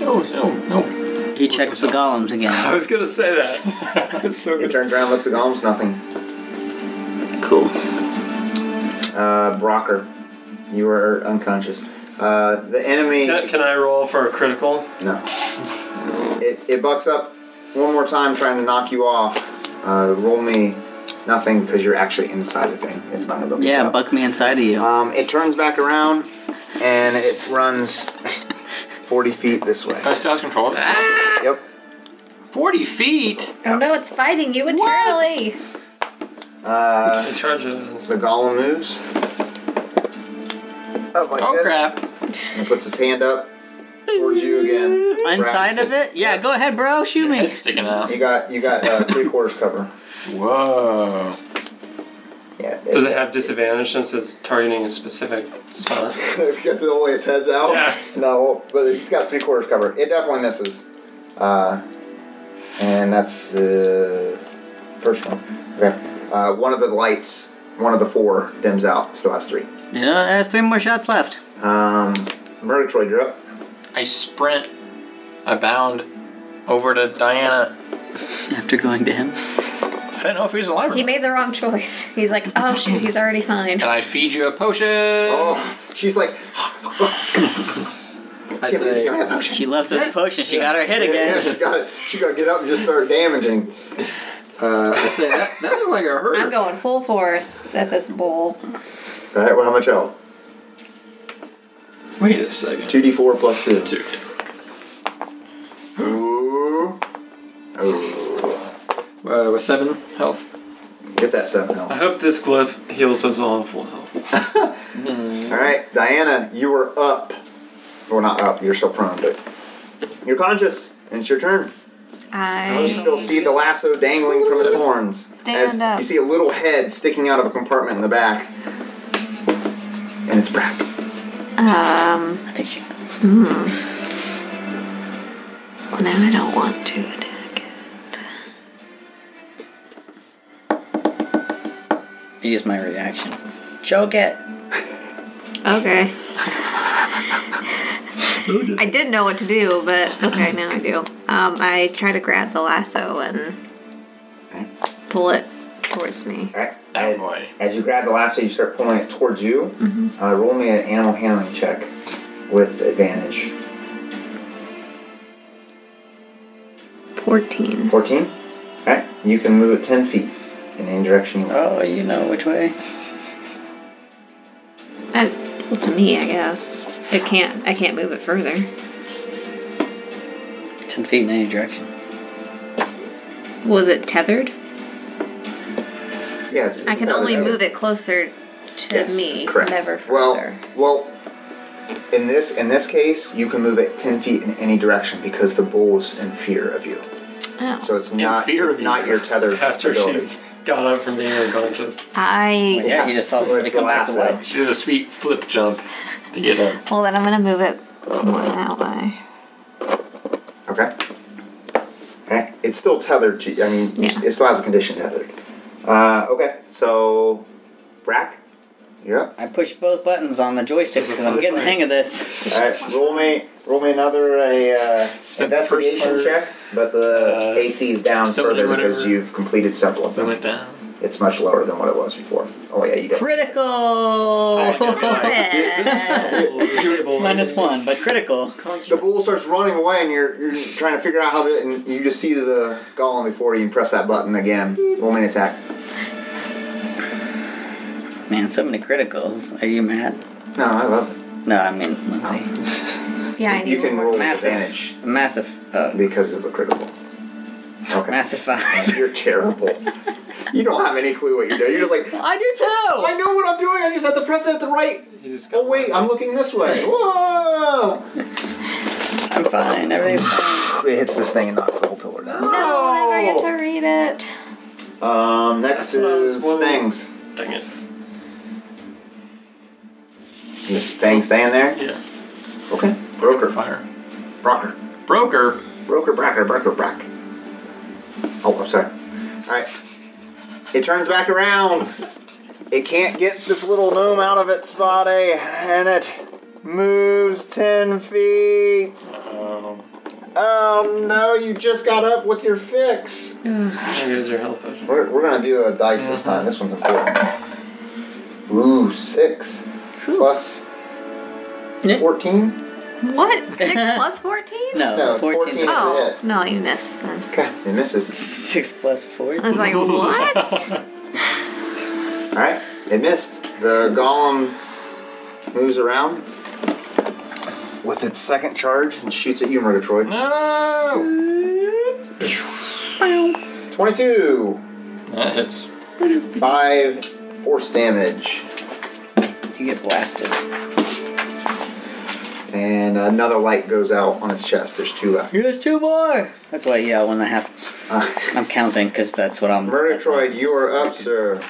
F: No, no, no.
E: He checks the golems again.
D: I was gonna say that. it's so
B: It
D: good.
B: turns around, looks at Golems, nothing.
E: Cool.
B: Uh, Brocker, you are unconscious. Uh, the enemy.
D: Can, can I roll for a critical?
B: No. It, it bucks up one more time trying to knock you off. Uh, roll me nothing because you're actually inside the thing. It's not gonna buck you
E: Yeah,
B: up.
E: buck me inside of you.
B: Um, it turns back around and it runs 40 feet this way.
F: I Oh, still has control of itself.
B: Yep.
F: 40 feet?
C: Oh no, it's fighting you eternally.
B: Uh,
D: It charges.
B: the golem moves. Up like
F: Oh,
B: this.
F: crap.
B: And puts his hand up towards you again.
E: Inside of it? Yeah, go ahead, bro. Shoot me.
F: It's sticking out.
B: You got you got uh, three quarters cover.
F: Whoa.
B: Yeah.
D: Does it have disadvantage since it's targeting a specific spot?
B: because the only its head's out.
D: Yeah.
B: No, but it's got three quarters cover. It definitely misses. Uh, and that's the first one. Okay. Uh, one of the lights, one of the four, dims out. Still has three.
E: Yeah, it has three more shots left.
B: Um, Murgatroyd, you're up.
F: I sprint, I bound over to Diana.
E: After going to him.
F: I don't know if he's alive or
C: He
F: not.
C: made the wrong choice. He's like, oh shoot, he's already fine.
F: And I feed you a potion.
B: Oh, she's like,
F: I
B: give me,
F: say,
B: give me that potion.
E: She loves those potions. She got her hit
B: Yeah,
E: again.
B: yeah, she got it. She got to get up and just start damaging.
F: I say that, that looked like a hurt.
C: I'm going full force at this bull.
B: All right. Well, how much health?
F: Wait a second.
B: Two D four plus two.
F: Two.
B: Ooh. Ooh.
F: Uh, with seven health.
B: Get that seven health.
D: I hope this glyph heals us all in full health.
F: Uh-huh.
B: All right, Diana, you were up. Well, not up. You're still prone, but you're conscious, and it's your turn.
C: I
B: You still see the lasso dangling from its horns. As
C: Stand up.
B: you see a little head sticking out of a compartment in the back, and it's Brack.
E: I think she knows.
C: no, I don't want to attack it.
E: I use my reaction. Choke it.
C: Okay. I didn't know what to do, but okay, now I do. Um, I try to grab the lasso and pull it towards me.
B: All right.
F: Oh,
B: As-
F: boy.
B: As you grab the lasso, you start pulling it towards you.
C: Mm-hmm.
B: Uh, roll me an animal handling check with advantage.
C: 14.
B: Fourteen. All right. You can move it ten feet in any direction you want.
E: Oh, you know which way.
C: Uh, well, to me, I guess. It can't, I can't move it further.
E: Ten feet in any direction.
C: Was it tethered?
B: Yeah, it's,
C: I
B: it's
C: can
B: not
C: only
B: that-
C: move it closer to
B: Yes,
C: me,
B: correct.
C: never
B: well,
C: further.
B: well, in this in this case, you can move it ten feet in any direction because the bull's in fear of you.
C: Oh.
B: So it's not
F: fear
B: it's
F: of
B: not
F: you.
B: your tether
D: After
B: ability.
D: she got up from being unconscious.
C: I
E: Yeah, you just saw
B: Well,
E: somebody
B: it's the
E: come back the
B: lasso.
E: way.
F: She did a sweet flip jump to get up.
C: well then I'm gonna move it more that way.
B: Okay. Alright. It's still tethered to I mean
C: Yeah.
B: it still has a condition tethered. Uh, okay, so Brack, you're up.
E: I pushed both buttons on the joysticks because I'm getting the hang of this.
B: Alright, roll me roll me another a uh,
F: Spent the first
B: investigation
F: part-
B: check, but the
F: Uh,
B: AC is down
F: somebody
B: further because
F: whatever-
B: you've completed several of
F: We
B: them.
F: went down.
B: It's much lower than what it was before. Oh yeah, you got
C: Oh,
E: Critical! Minus one, but critical.
B: the bull starts running away, and you're you're trying to figure out how to. And you just see the golem before you press that button again. Roll me an attack.
E: Man, so many criticals. Are you mad?
B: No, I love it.
E: No, I mean, Lindsay.
C: Yeah, I need
B: You can roll
C: one more.
B: with
E: Massive.
B: advantage
E: Massive, uh,
B: because of the critical. Okay.
E: massive five.
B: You're terrible. you don't have any clue what you're doing. You're just like,
E: I do too!
B: I know what I'm doing. I just have to press it at the right. Oh wait, I'm looking this way. Whoa!
E: I'm fine. Everything's fine.
B: It hits this thing and knocks the whole pillar down.
C: No, I'll never get to read it.
B: Um, next is Fangs.
F: Dang it.
B: Is Fangs staying there?
F: Yeah.
B: Okay. Broker.
F: Fire.
B: Broker.
F: Broker.
B: Broker, bracker, broker, brack. Oh, I'm sorry. Alright. It turns back around. It can't get this little gnome out of its body, and it moves 10 feet.
F: Um,
B: Oh no, you just got up with your fix.
D: Here's your health potion.
B: We're, we're gonna do a dice this time. This one's important. Ooh, six. Plus
E: Yeah.
B: 14?
C: What? Six plus fourteen?
E: No,
B: No, it's
E: 14.
B: 14.
C: Oh no, you missed then.
B: God, it misses.
E: 6 plus 4.
C: I was like, what?
B: Alright, it missed. The golem moves around with its second charge and shoots at you, Murgatroyd.
F: no.
B: 22!
F: That hits.
B: 5 force damage.
E: You get blasted.
B: And another light goes out on its chest. There's two left.
E: There's two more! That's why I yell when that happens.
B: Uh,
E: I'm counting because that's what I'm.
B: Murgatroyd, you are up, sir.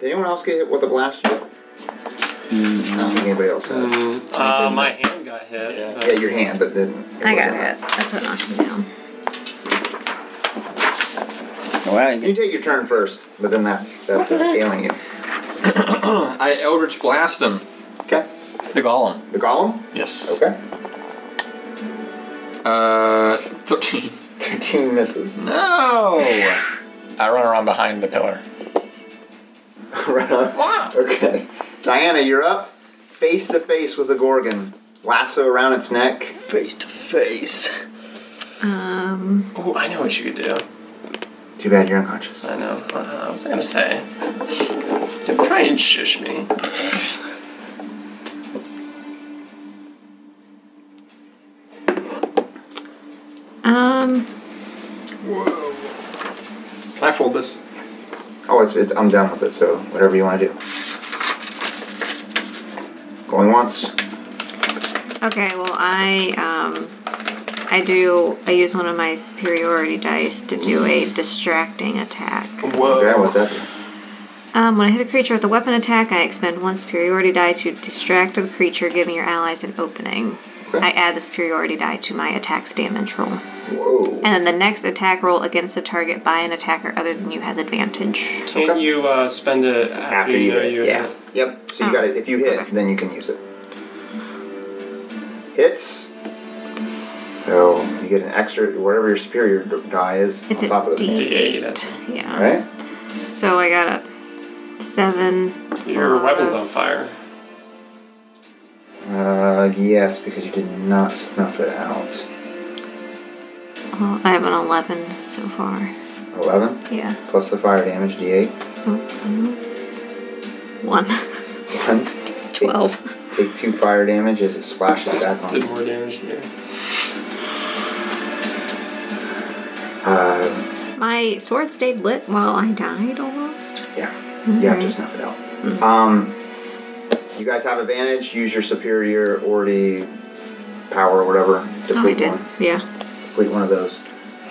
B: Did anyone else get hit with a blast yet?
E: Mm,
B: I don't think anybody else has.
C: Mm.
D: Uh, my hand got hit.
F: Yeah.
D: but-
B: Yeah, your hand, but then it
C: I got
B: wasn't
C: it. That's what knocked me down.
E: Wow, you
B: You
E: get
B: take your turn first, but then that's that's uh, ailing you.
F: I Eldritch Blast him.
B: Okay.
F: The Golem.
B: The golem.
F: Yes.
B: Okay.
F: Uh, 13.
B: Thirteen misses.
F: No! I run around behind the pillar.
B: right on.
F: What?
B: Okay. Diana, you're up, face to face with the gorgon. Lasso around its neck.
E: face to face.
C: Um,
D: Oh, I know what you could do.
B: Too bad you're unconscious.
D: I know. Uh, I was gonna say. Don't try and shush me.
C: um,
F: Can I fold this?
B: Oh, it's, it's I'm done with it. So whatever you want to do. Going once.
C: okay, well, I, um, I do, I use one of my superiority dice to do a distracting attack.
F: Whoa.
B: Okay, what's that? do?
C: Um, when I hit a creature with a weapon attack, I expend one superiority die to distract the creature, giving your allies an opening. I add the superiority die to my attack's damage roll.
B: Whoa.
C: And then the next attack roll against the target by an attacker other than you has advantage.
D: Can't
B: Okay.
D: you uh, spend it after,
B: After
D: you
B: you
D: know
B: hit,
D: you
B: yeah.
D: hit?
B: Yep. So you
C: Oh,
B: got it. If you hit,
C: okay.
B: then you can use it. Hits. So you get an extra whatever your superior d- die is
C: It's
B: on
C: a
B: top of this. thing.
D: D8, I
C: D8. Yeah.
B: All right.
C: So I got a seven.
D: Your weapon's on
C: plus-
D: fire.
B: Uh, yes, because you did not snuff it out.
C: Well, I have an 11 so far.
B: Eleven
C: Yeah.
B: plus the fire damage D8. One.
C: One.
B: Take-
C: Twelve.
B: Take, two fire damage as it splashes back on.
D: Did
B: you.
D: more damage there.
B: Uh,
C: My sword stayed lit while I died almost.
B: yeah. You
C: Mm-hmm.
B: have to snuff it out. Um, you guys have advantage. Use your superiority power or whatever. Deplete
C: Oh, I did.
B: one.
C: Yeah.
B: complete one of those.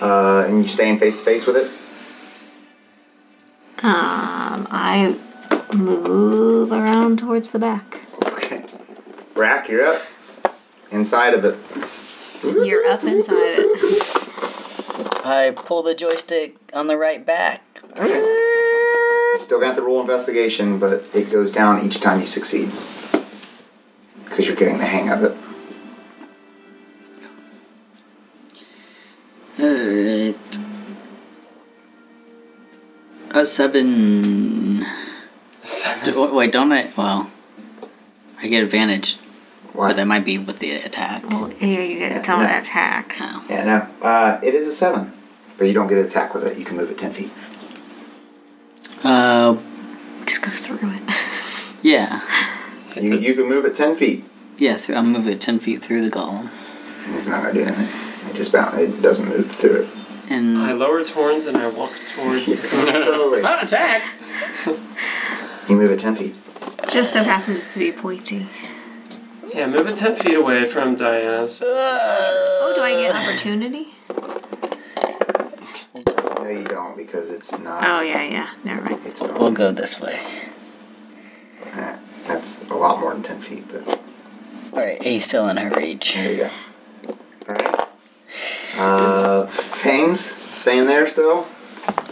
B: Uh, and you staying face to face with it.
C: Um, I move around towards the back.
B: Okay. Rack, you're up. Inside of it.
C: You're up inside it.
E: I pull the joystick on the right back.
B: Still got the roll investigation, but it goes down each time you succeed. Because you're getting the hang of it.
E: Alright. uh, seven. Do, wait, don't I? Well, I get advantage, but
B: What?
E: that might be with the attack.
C: Well, Oh, yeah, you get it's on
B: Yeah.
C: an attack.
E: Oh.
B: Yeah, no. Uh, it is a seven, but you don't get an attack with it. You can move it ten feet.
E: Uh,
C: Just go through it.
E: yeah,
B: You, you can move it ten feet.
E: yeah. Through, I'm moving it ten feet through the golem,
B: It's not gonna do anything. It just bounce. It doesn't move through it.
E: and
D: I lower its horns and I walk towards the
B: Slowly.
F: Not an attack.
B: You move it ten feet.
C: Just so happens to be pointy.
D: Yeah, move it 10 feet away from Diana's.
C: Oh, do I get opportunity?
B: No, you don't because it's not.
C: Oh yeah, yeah. Never mind.
B: It's own.
E: we'll go this way.
B: Alright, That's a lot more than ten feet, but
E: All right, A's still in her reach.
B: there you go. All right. Uh, Fangs staying there still.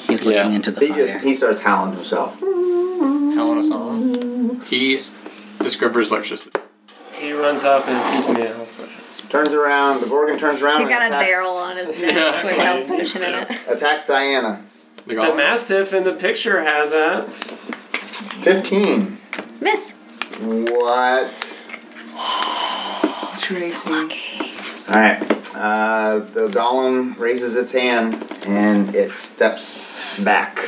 E: He's looking
F: Yeah.
E: into the
B: He
E: fire.
B: just he starts howling himself.
F: Helen us all. He, this gripper's lecherous.
D: He runs up and gives me a health push.
B: Turns around. The Gorgon turns around.
C: He's
B: and
C: got a
B: attacks,
C: barrel on his neck
F: Yeah, that's
C: with
F: what
D: I
C: health
D: used
C: potion in it.
D: to.
B: Attacks Diana.
F: The
D: The
F: golem.
D: Mastiff in the picture has that.
B: Fifteen.
C: Miss.
B: What?
C: So lucky.
B: All right. Uh, the golem raises its hand and it steps back.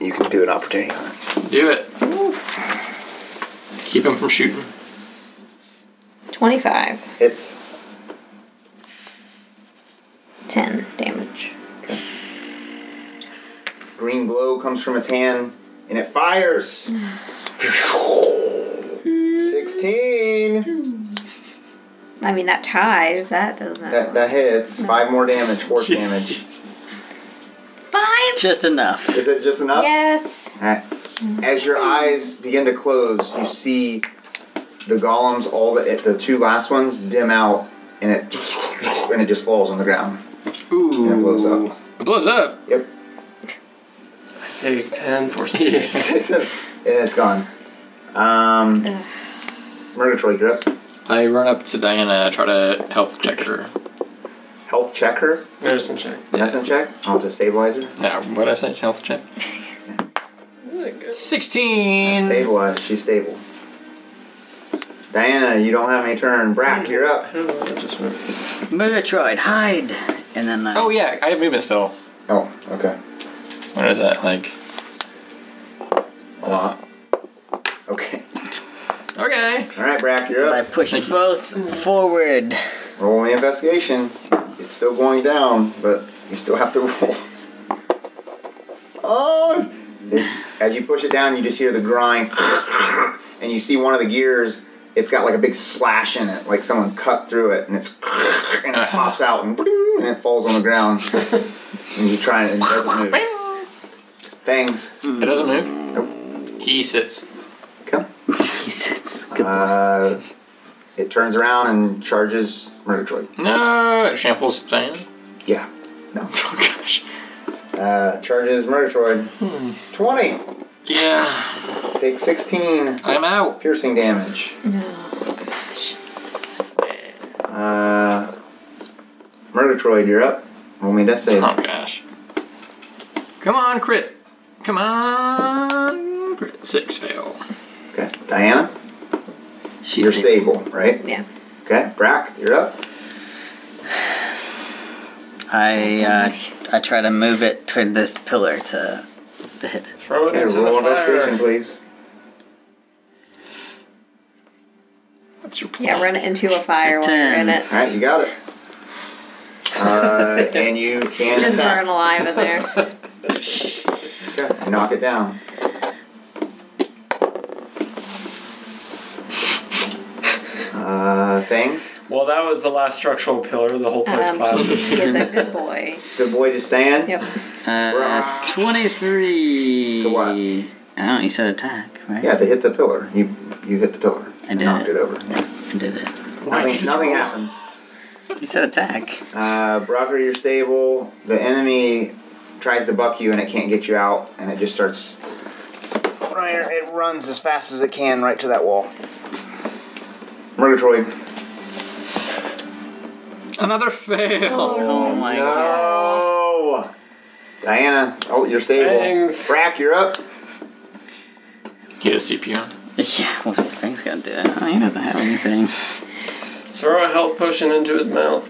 B: You can do an opportunity on it.
F: Do it. Keep him from shooting.
C: Twenty-five.
B: Hits.
C: Ten damage.
B: Green glow comes from its hand and it fires. 16.
C: I mean that ties. That doesn't.
B: That, that hits. Five more damage, force damage.
C: Five.
E: Just enough.
B: Is it just enough?
C: Yes.
B: All right. As your eyes begin to close, you see the golems, all the the two last ones, dim out, and it and it just falls on the ground
F: Ooh.
B: and it blows up.
F: It blows up.
B: Yep,
D: I take 10 force
F: Yeah.
D: damage.
B: and it's gone. Um, Murgatroyd, you're up.
F: I run up to Diana, try to health check her.
B: Health check her.
D: Medicine check.
B: Medicine check. I'll just stabilize her.
F: Yeah, what I say? Health check. Sixteen.
B: Stabilize. She's stable. Diana, you don't have any turn. Brack, you're
D: I
B: up.
D: don't know, I just went.
E: Murgatroyd, hide! And then I
F: Oh yeah, I have movement still.
B: Oh, okay.
F: What is that like?
B: A lot. Okay.
F: Okay.
B: All right, Brack, you're
E: I
B: up.
E: push both forward.
B: Roll the investigation. It's still going down, but you still have to roll. Oh! As you push it down, you just hear the grind, and you see one of the gears. It's got like a big slash in it, like someone cut through it, and it's and it pops out and, and it falls on the ground. And you try it, and it doesn't move. Fangs,
F: It doesn't move. He sits.
B: come.
E: Jesus. Good
B: Uh, it turns around and charges Murgatroyd.
F: No, it shambles Diana.
B: Yeah, no.
F: Oh gosh.
B: Uh, charges Murgatroyd. Twenty.
F: Yeah,
B: Take 16
F: I'm out.
B: piercing damage. Uh, Murgatroyd, you're up. Roll me a death save.
F: Oh gosh. Come on, crit. Come on, crit. Six fail.
B: Okay. Diana,
E: She's
B: you're
E: stable.
B: stable, right?
C: Yeah.
B: Okay. Brack, you're up.
E: I uh, I try to move it toward this pillar to, to hit. it.
D: Throw it
B: Okay,
D: into
B: roll
D: the
B: investigation,
D: fire.
B: please.
F: What's your plan?
C: Yeah. Run it into a fire while you're in it.
B: All right, you got it. Uh, and you can
C: Just burn
B: attack.
C: alive in there.
B: Okay, knock it down. Uh, thanks.
D: Well, that was the last structural pillar of the whole place
C: Um,
D: classes.
C: he is a good boy.
B: Good boy to stand.
C: Yep.
E: Uh, 23.
B: To what?
E: I don't know, you said attack, right?
B: Yeah, to hit the pillar. You you hit the pillar.
E: I did.
B: Knocked it over. Yeah.
E: I did it.
B: Nothing, nothing happens.
E: You said attack.
B: Uh, Brocker, you're stable. The enemy tries to buck you and it can't get you out, and it just starts. It runs as fast as it can right to that wall. Murgatroyd.
F: Another fail.
E: Oh my Oh god.
B: No! Diana, oh, you're stable.
D: Thanks.
B: Brack, you're up.
F: Get a CPR.
E: Yeah, what is Fink's gonna do? Oh, he doesn't have anything.
D: Throw a health potion into his mouth.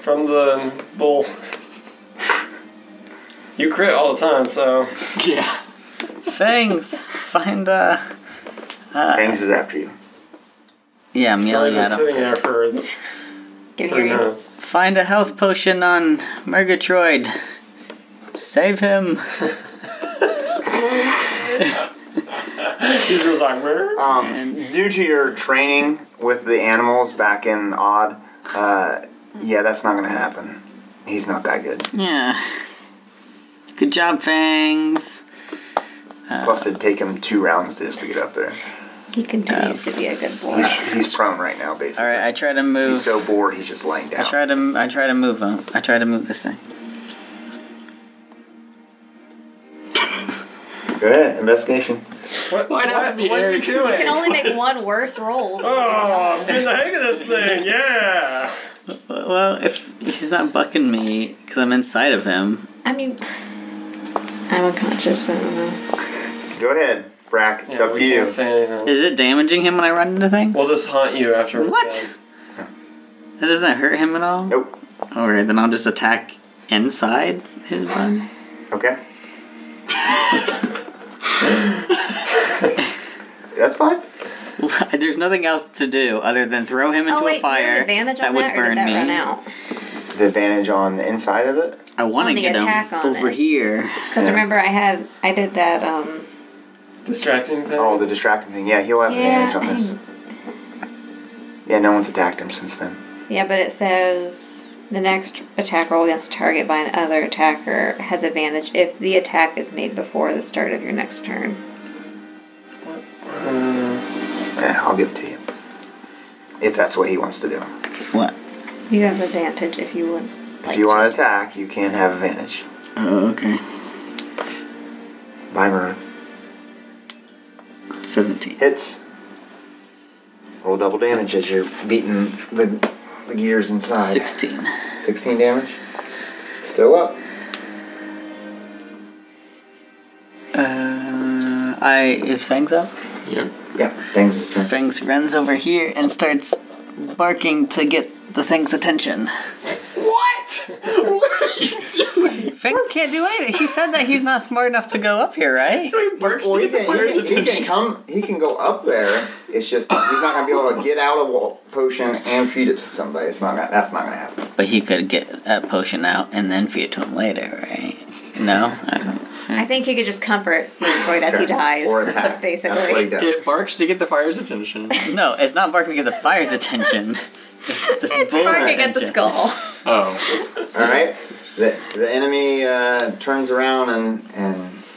D: From the bowl. You crit all the time, so
F: Yeah.
E: Fangs, find uh.
B: Bangs is after you.
E: Yeah, I'm
D: so I've
E: yelling
D: been
E: at him.
D: sitting there for
C: Can
D: three
C: hear you.
D: minutes.
E: Find a health potion on Murgatroyd. Save him.
D: He's just like, "Brr."
B: Um, due to your training with the animals back in Odd, uh, yeah, that's not gonna happen. He's not that good.
E: Yeah. Good job, Fangs.
B: Plus, it'd take him two rounds just to get up there.
C: He continues to be a good boy.
B: He's he's prone right now,
E: All
B: basically.
E: right, I try to move.
B: He's so bored, he's just laying
E: I
B: down.
E: try to. I try to move him. I try to move this thing.
B: Go ahead, investigation.
D: What,
F: Why'd have to
D: what,
F: be
D: what are you
F: Eric?
D: doing?
C: You can only make one worse roll.
D: oh, I'm in the hang of this thing, yeah!
E: Well, if he's not bucking me because I'm inside of him,
C: I mean, I'm unconscious. I don't know.
B: Go ahead, Brack. It's
D: Yeah,
B: up
D: we
B: to you.
D: can't say anything.
E: is it damaging him when I run into things?
D: We'll just haunt you after we're
E: What?
D: done.
E: that doesn't hurt him at all.
B: Nope.
E: All right, then I'll just attack inside his body.
B: Okay. That's fine.
E: There's nothing else to do other than throw him into
C: oh, wait, do you
E: a
C: have
E: fire
C: advantage on
E: would
C: that, or
E: burn
C: did that
E: me.
C: run out?
B: The advantage on the inside of it.
E: I want
C: On
E: to
C: the
E: get him
C: attack on
E: over
C: it.
E: here.
C: Because
B: Yeah.
C: remember, I had I did that. um...
D: Distracting thing?
B: Oh, the distracting thing. Yeah, he'll have
C: Yeah,
B: advantage on this.
C: I-
B: Yeah, no one's attacked him since then.
C: yeah, but it says the next attack roll against a target by another attacker has advantage if the attack is made before the start of your next turn.
B: Yeah, I'll give it to you. If that's what he wants to do.
E: What?
C: You have advantage if you would.
B: If you want to attack, you can have advantage.
E: Oh, okay.
B: Bye, Maroon.
E: 17.
B: Hits. Roll double damage as you're beating the, the gears inside.
E: 16.
B: 16 damage. Still up.
E: Uh, I is Fangs up?
F: Yep.
B: Yeah, bangs his turn.
E: Fangs runs over here and starts barking to get the thing's attention.
F: What? what are you doing?
E: Fangs can't do anything. He said that he's not smart enough to go up here, right?
F: So he burst
B: Well, he
F: into
B: can,
F: the
B: he,
F: fire's
B: can, he can
F: attention.
B: come. He can go up there. It's just he's not gonna be able to get out a wa- potion and feed it to somebody. It's not. Gonna, that's not gonna happen.
E: But he could get that potion out and then feed it to him later, right? No? I don't.
C: I think you could just comfort Detroit as he dies.
B: Or attack.
C: Basically.
B: That's what he does.
F: It barks to get the fire's attention.
E: No, it's not barking to get the fire's attention. the
C: It's
E: bull's
C: barking at the
E: attention.
C: skull.
F: Oh.
B: All right. The, the enemy uh, turns around and and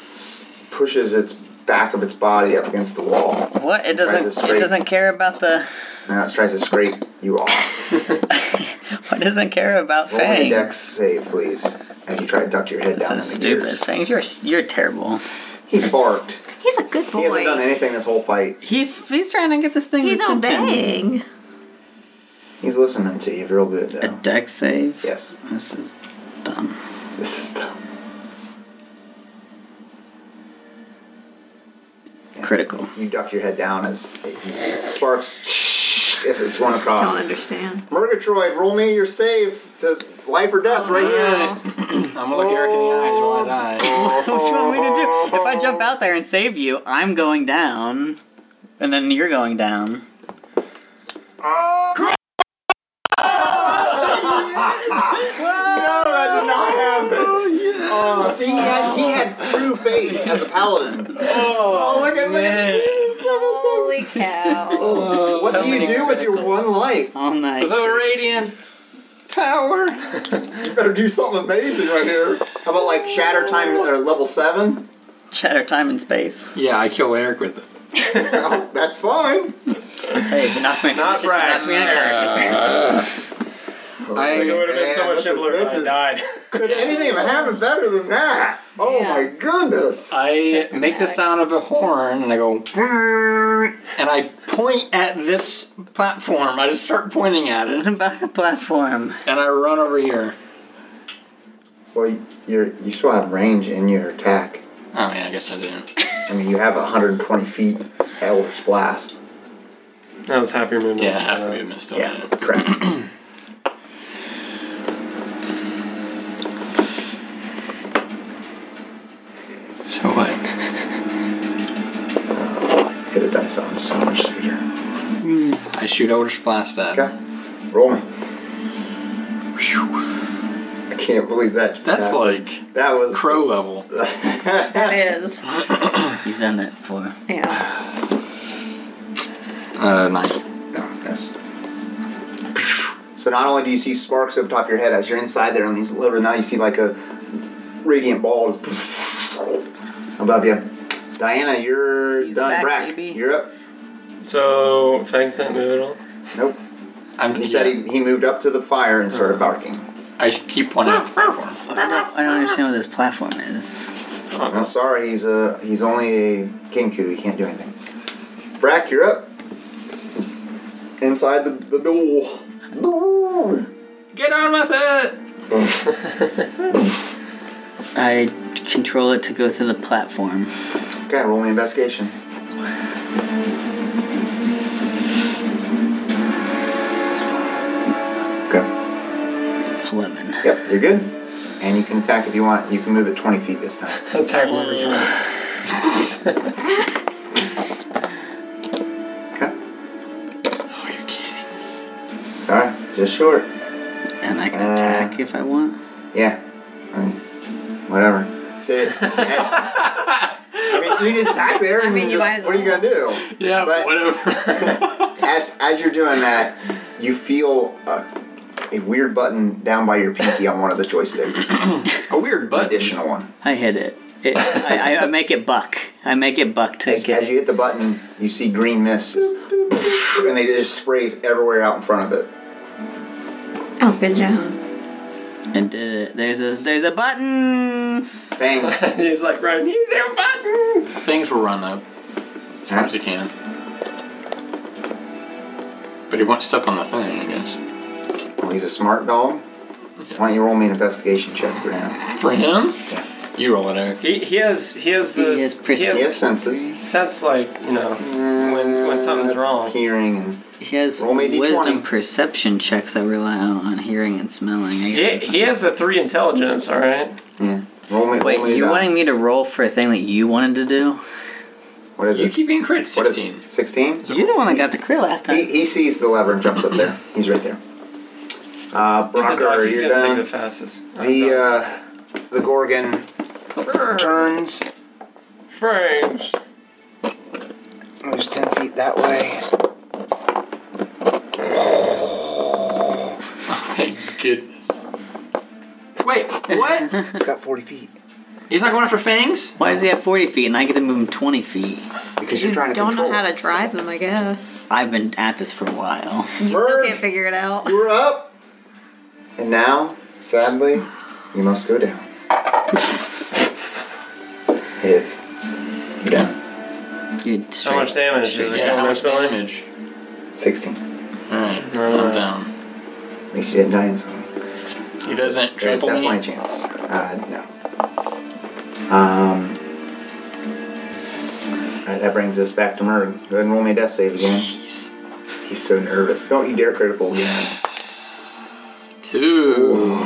B: s- pushes its back of its body up against the wall.
E: What?
B: Tries to
E: It doesn't. It
B: scrape.
E: doesn't care about the.
B: Now it tries to scrape you off.
E: What doesn't care about
B: Roll me a
E: Fangs?
B: dex save, please. As you try to duck your head
E: This
B: down
E: is
B: in the
E: stupid.
B: gears.
E: Things, you're you're terrible.
B: He barked.
C: He's a good
B: He hasn't done
C: boy.
B: anything this whole fight.
E: He's he's trying to get this thing.
C: He's
E: attention.
C: obeying.
B: He's listening to you real good
E: A
B: though.
E: deck save.
B: Yes.
E: This is dumb.
B: This is dumb.
E: Critical.
B: You duck your head down as he sparks as it's going
C: Don't
B: across.
C: understand.
B: Murgatroyd, roll me your save to life or death right here.
F: I'm gonna look Eric in the eyes while I
E: what
F: die.
E: do you want me to do? If I jump out there and save you, I'm going down, and then you're going down.
B: No, Oh, that did not happen. Oh, see, he had, he had true faith as a paladin. Oh, look at look at Steve's so-
C: Holy cow.
B: so- What do you do with your one life?
E: All night.
F: The radiant power.
B: You better do something amazing right here. How about like shatter time or level seven?
E: Shatter time and space.
F: Yeah, I kill Eric with it.
B: Oh, that's fine.
E: Hey, knock me
D: Not
E: unconscious. Knock me unconscious.
B: I-
D: It would have been so
B: Man, this
D: much
B: is-
D: simpler if
B: this
D: I
B: is-
D: died.
B: Could anything have happened better than that? Oh
C: Yeah.
B: my goodness.
F: I
C: So
F: make the
C: cinematic.
F: sound of a horn and I go, "Brrr," and I point at this platform. I just start pointing at it
E: What about the platform?
F: and I run over here.
B: Well, you're you still have range in your attack.
F: Oh yeah, I guess I didn't.
B: I mean, you have 120 feet Elder's Blast.
D: That was half your movement.
F: Yeah,
D: so,
F: half
D: uh,
F: movement still.
B: Yeah,
F: didn't.
B: correct.
F: So what?
B: Could have done something so much sweeter.
F: I shoot Elder's Blast at. him.
B: Okay, roll me. I can't believe that. just
F: That's
B: happened.
F: like
B: that was
F: crow level.
C: That is.
E: He's done that before.
C: Yeah.
F: Uh, nine.
B: No, that's. So not only do you see sparks over top of your head as you're inside there on these liver, now you see like a radiant ball just above you. Diana, you're
E: He's
B: done.
E: back,
B: Brack,
E: baby.
B: you're up.
D: So Fangs didn't move at all.
B: Nope.
F: I'm,
B: He said he, he moved up to the fire and started barking.
F: I keep pointing at the platform.
E: I don't, I don't understand what this platform is.
B: I'm sorry, he's a he's only a kinku. He can't do anything. Brack, you're up. Inside the the door.
F: Get on with it.
E: I control it to go through the platform.
B: Okay, roll me investigation. Okay.
E: 11.
B: Yep, you're good. And you can attack if you want. You can move it 20 feet this time.
D: Attack whoever's right.
B: Okay.
F: Oh, you're kidding.
B: Sorry, just short.
E: And I can
B: Uh.
E: attack if I want.
B: Yeah. I mean, whatever. I mean, you just attack there and
C: mean, you
B: just-
C: might as
B: what are you
C: well.
B: gonna do?
F: Yeah,
B: But-
F: whatever.
B: as as you're doing that, you feel a, a weird button down by your pinky on one of the joysticks.
F: a weird
B: An
F: button.
B: additional one.
E: I hit it. it I, I, I make it buck. I make it buck to
B: As,
E: get
B: as you hit the button, you see green mist, just and they just sprays everywhere out in front of it.
C: Oh, good job.
E: and did it. There's a there's a button.
B: Thanks.
D: He's like, right, he's there, button.
F: Things will run up as far as you can. But he won't step on the thing, I guess.
B: Well, he's a smart dog. Why don't you roll me an investigation check for him?
F: For him,
B: Yeah.
F: you roll it out.
D: He, he has he has
E: He
D: this
E: is precious.
B: He has senses.
D: sense like you know when when something's
F: Uh,
B: That's
D: wrong.
B: Hearing and
E: He has
B: Roll me a D20.
E: wisdom perception checks that rely on, on hearing and smelling. I
D: He,
E: guess
D: he has a three intelligence. All right.
B: yeah. Roll me. roll
E: Wait,
B: me
E: you're
B: down.
E: wanting me to roll for a thing that you wanted to do?
B: What is
F: You
B: it?
F: keep being crit
B: What is
F: 16.
B: Sixteen.
E: You're the one that got the crit last
B: He,
E: time.
B: he sees the lever and jumps up there. He's right there. Uh,
D: He's a dog.
B: Brocker,
D: He's
B: you're
D: gonna
B: done.
D: take the fastest. I'm
B: The
D: done.
B: uh, the Gorgon turns, uh,
D: Fangs.
B: moves ten feet that way.
F: Thank goodness. Wait, what?
B: It's got forty feet
F: He's not going after fangs?
E: Why does he have 40 feet and I get to move him 20 feet?
B: because you're trying to
C: don't
B: control.
C: know how to drive them, I guess.
E: I've been at this for a while.
C: You still
B: Bird.
C: can't figure it out.
B: You're up, and now, sadly, you must go down. it's you're down.
E: You're
D: How much
E: straight.
D: damage does it
F: Yeah,
D: kill
F: how much
D: instantly?
F: damage?
B: Sixteen.
F: Alright,
D: Uh,
F: I'm down.
B: At least you didn't die instantly.
F: He doesn't
B: There's
F: trample
B: definitely a
F: me.
B: chance. Uh, no. Um. Alright, that brings us back to Merg. Go ahead and roll me a death save again.
F: Jeez.
B: He's so nervous. Don't you dare critical again.
F: Two.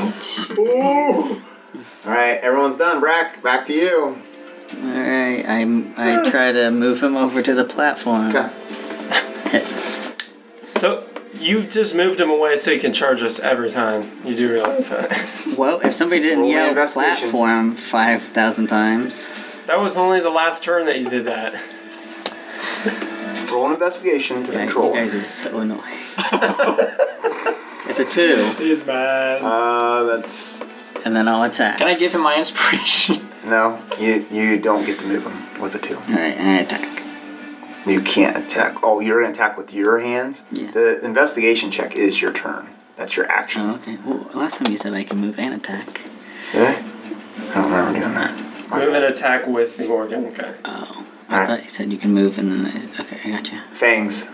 B: Alright, everyone's done. Brack, back to you.
E: Alright, I'm- I try to move him over to the platform.
B: Okay.
D: So you just moved him away so he can charge us every time. You do realize that?
E: Well, if somebody didn't
B: Roll
E: yell
B: investigation.
E: platform 5,000 times,
D: That was only the last turn that you did that.
B: Roll an investigation to
E: I-
B: control.
E: you guys are so annoying. it's a two,
D: He's mad.
B: Uh, that's.
E: and then I'll attack.
F: Can I give him my inspiration?
B: No, you you don't get to move him with a two.
E: Alright, and I attack.
B: You can't attack. Oh, you're gonna attack with your hands?
E: Yeah.
B: The investigation check is your turn. That's your action.
E: Oh, okay. Well, last time you said I can move and attack.
B: Did I? I don't remember doing that. My
D: Move
B: bad.
D: and attack with the Gorgon. Okay.
E: Oh.
B: All
E: I
B: right.
E: thought you said you can move and then I. Okay, I gotcha.
B: Fangs.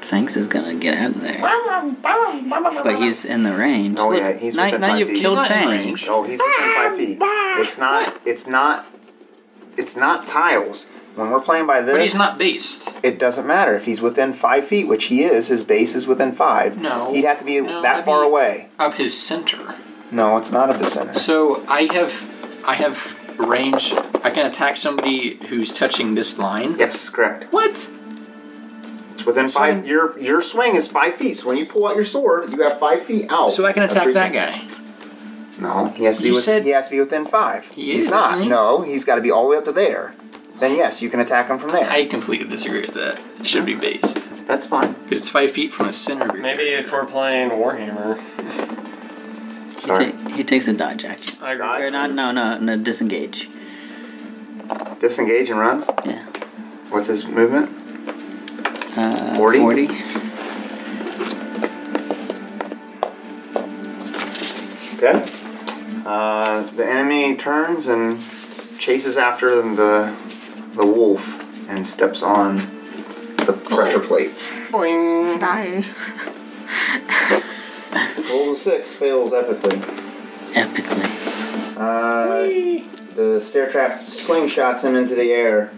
E: Fangs is gonna get out of there. But he's in the range.
B: No,
E: Look,
B: Oh, yeah, he's
E: now,
B: within
E: now
B: five
E: you've
B: feet. Oh,
E: killed
F: He's not in
E: Fangs.
F: range.
B: No, he's within five feet. It's not. It's not. It's not tiles. When we're playing by this,
F: But he's not based.
B: it doesn't matter if he's within five feet, which he is. His base is within five.
F: No.
B: he'd have to be
F: No,
B: that
F: that'd
B: far
F: be-
B: away.
F: Of his center.
B: No, it's not at the center.
F: So I have, I have range. I can attack somebody who's touching this line.
B: Yes, correct.
F: What?
B: It's within five.
F: then-
B: your your swing is five feet. So when you pull out your sword, you have five feet out.
F: So I can
B: That's
F: attack
B: reason-
F: that guy.
B: No, he has to be.
F: You
B: With,
F: said-
B: he has to be within five.
F: He
B: he's
F: is,
B: not.
F: isn't he?
B: No, he's got to be all the way up to there. Then yes, you can attack him from there.
F: I completely disagree with that. It should be based.
B: That's fine.
F: Because it's five feet from the center of your
D: Maybe if we're playing Warhammer,
E: He, ta- he takes a dodge action.
D: I agree.
E: Or not, no, no, no, disengage.
B: Disengage and runs.
E: Yeah.
B: What's his movement?
E: Uh,
B: 40?
E: 40.
B: Okay. Uh, the enemy turns and chases after the the wolf and steps on the pressure plate.
D: Boing.
C: Bye.
B: Roll a six, fails epically.
E: Epically.
B: Uh, the stair trap slingshots him into the air,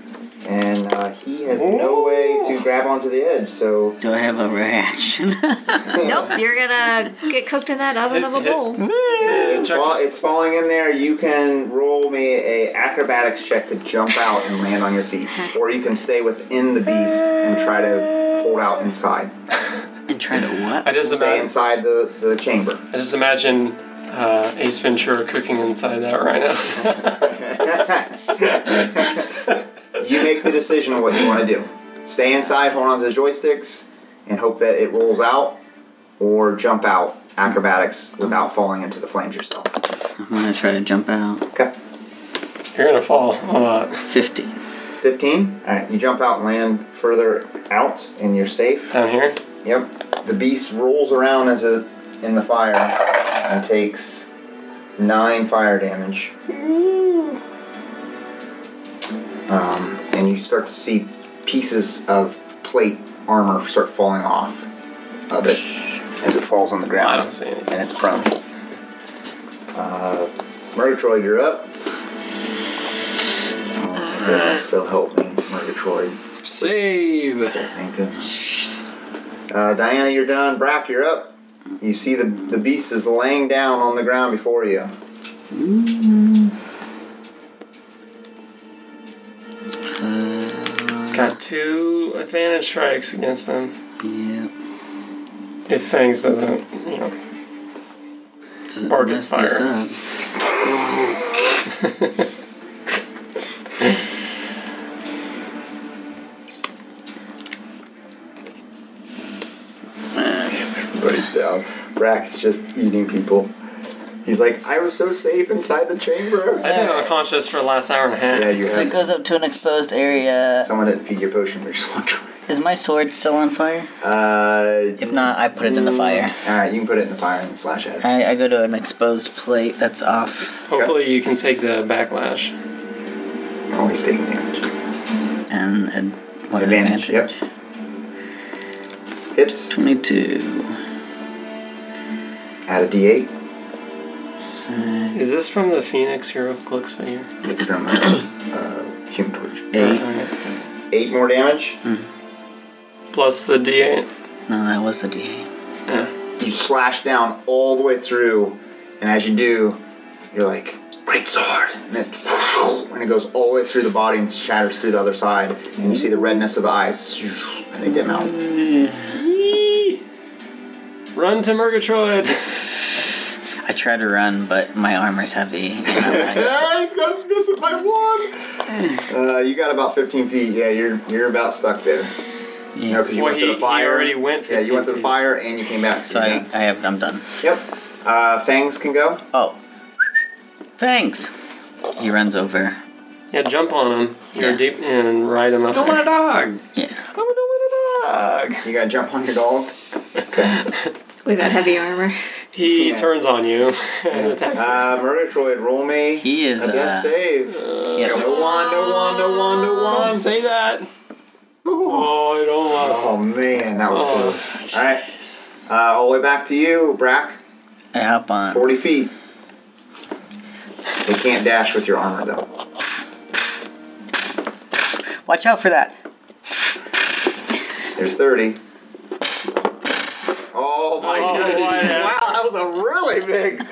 B: and uh, he has no way to grab onto the edge. So
E: Do I have a reaction?
C: Nope, you're gonna get cooked in that oven of a bowl.
B: it's,
D: check
B: fa-
D: this.
B: it's falling in there. You can roll me a acrobatics check to jump out and land on your feet, or you can stay within the beast and try to hold out inside.
E: and try to
D: I
E: what?
D: just
B: Stay
D: imagine.
B: inside the, the chamber.
D: I just imagine uh, Ace Ventura cooking inside that right now.
B: You make the decision on what you want to do. Stay inside, hold on to the joysticks, and hope that it rolls out, or jump out acrobatics without falling into the flames yourself.
E: I'm gonna try to jump out.
B: Okay.
D: You're gonna fall a lot.
E: 50.
B: 15. All right, you jump out and land further out, and you're safe.
D: down here.
B: Yep. The beast rolls around into in the fire and takes nine fire damage. Um, and you start to see pieces of plate armor start falling off of it as it falls on the ground.
D: I don't see anything.
B: And it's prone. Uh, Murgatroyd, you're up. Oh my goodness, so help me, Murgatroyd.
F: Save.
B: Thank goodness. Uh, Diana, you're done. Brack, you're up. You see the the beast is laying down on the ground before you.
D: Got two advantage strikes against him.
E: Yep.
D: If Fangs doesn't, you know.
E: Doesn't
D: Bargain
E: mess this
D: fire.
E: up.
B: Everybody's down. Brack's just eating people. He's like, I was so safe inside the chamber.
D: I've been unconscious for the last hour and a half.
B: Yeah, you
E: So it
B: have.
E: goes up to an exposed area.
B: Someone didn't feed your potion. You're just wondering.
E: Is my sword still on fire?
B: Uh,
E: If not, I put it in the fire.
B: all right, you can put it in the fire and slash at it.
E: I, I go to an exposed plate that's off,
D: Hopefully, you can take the backlash.
B: Oh, he's taking damage.
E: and ad- what
B: Advantage,
E: advantage?
B: yep. Hits.
E: Twenty-two.
B: Add a D8.
E: So,
D: Is this from the Phoenix Hero Clicks figure?
B: It's from uh, uh, Human Torch.
E: eight.
D: Alright.
B: Eight more damage.
D: Plus the D8.
E: No, that was the D8.
B: you slash down all the way through, and as you do, you're like, great sword, and it, and it goes all the way through the body and shatters through the other side, and you see the redness of the eyes, and they dim out.
D: Run to Murgatroyd!
E: I try to run, but my armor's heavy. and I'm like,
B: Ah, he's gonna miss it by one. Uh, you got about 15 feet. Yeah, you're you're about stuck there. You know, because you
D: Well,
B: went to
D: he-
B: the
D: he
B: fire.
D: already went
B: Yeah, you went to
D: 15
B: the
D: feet.
B: fire and you came back.
E: so
B: So
E: I, I have, I'm done.
B: Yep. Uh, fangs can go.
E: Oh, thanks. He runs over.
D: yeah, jump on him. You're
E: Yeah.
D: deep and ride him up
F: Don't want a
D: there.
F: dog.
E: Yeah.
D: I'm gonna win a dog!
B: You gotta jump on your dog.
C: With that heavy armor.
D: He
B: Yeah.
D: turns on you and attacks you.
B: Uh, Murgatroyd, roll me.
E: He is,
B: a death
E: uh,
B: save.
E: Yes.
B: Oh, No one, no one, no one, no one.
D: Say that! Oh, it almost.
B: Oh man, that was close. All right, uh, all the way back to you, Brack.
E: I hop on.
B: Forty feet. They can't dash with your armor though.
E: Watch out for that.
B: There's thirty. Oh my
D: Oh,
B: goodness!
D: wow.
B: Wow, that was a really big.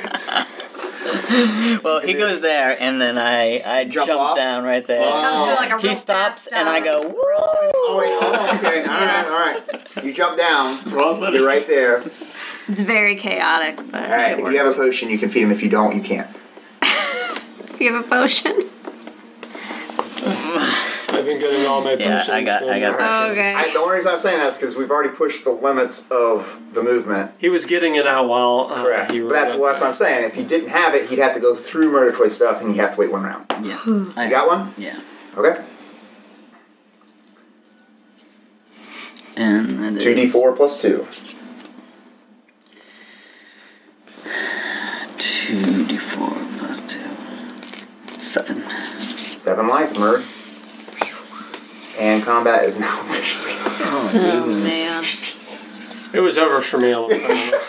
E: Well, he goes there, and then I I
B: Jump
E: jump,
B: off?
E: down right there.
C: Comes through like a
E: he
C: real
E: stops,
C: fast
E: and I
C: dive.
E: go. Whoa!
B: Oh wait, oh, okay, all right, all right. You jump down. You're right there.
C: It's very chaotic, but
B: All right.
C: it
B: If
C: worked.
B: you have a potion, you can feed him. If you don't, you can't.
C: Do you have a potion?
D: I've been getting all my
E: Yeah,
D: potions.
E: I got I got.
D: and-
C: Okay.
B: I, the only reason I'm saying that is because we've already pushed the limits of the movement.
D: He was getting it out while uh, he
B: But that's, well, that's what I'm saying. If he didn't have it, he'd have to go through murder toy stuff, and he'd have to wait one round.
E: Yeah.
B: You got one?
E: Yeah.
B: Okay.
E: And that is
B: Two D four plus two.
E: Two D four plus two. Seven.
B: Seven life, murder. And combat is now officially.
C: Oh man.
D: It was over for me a little time. ago.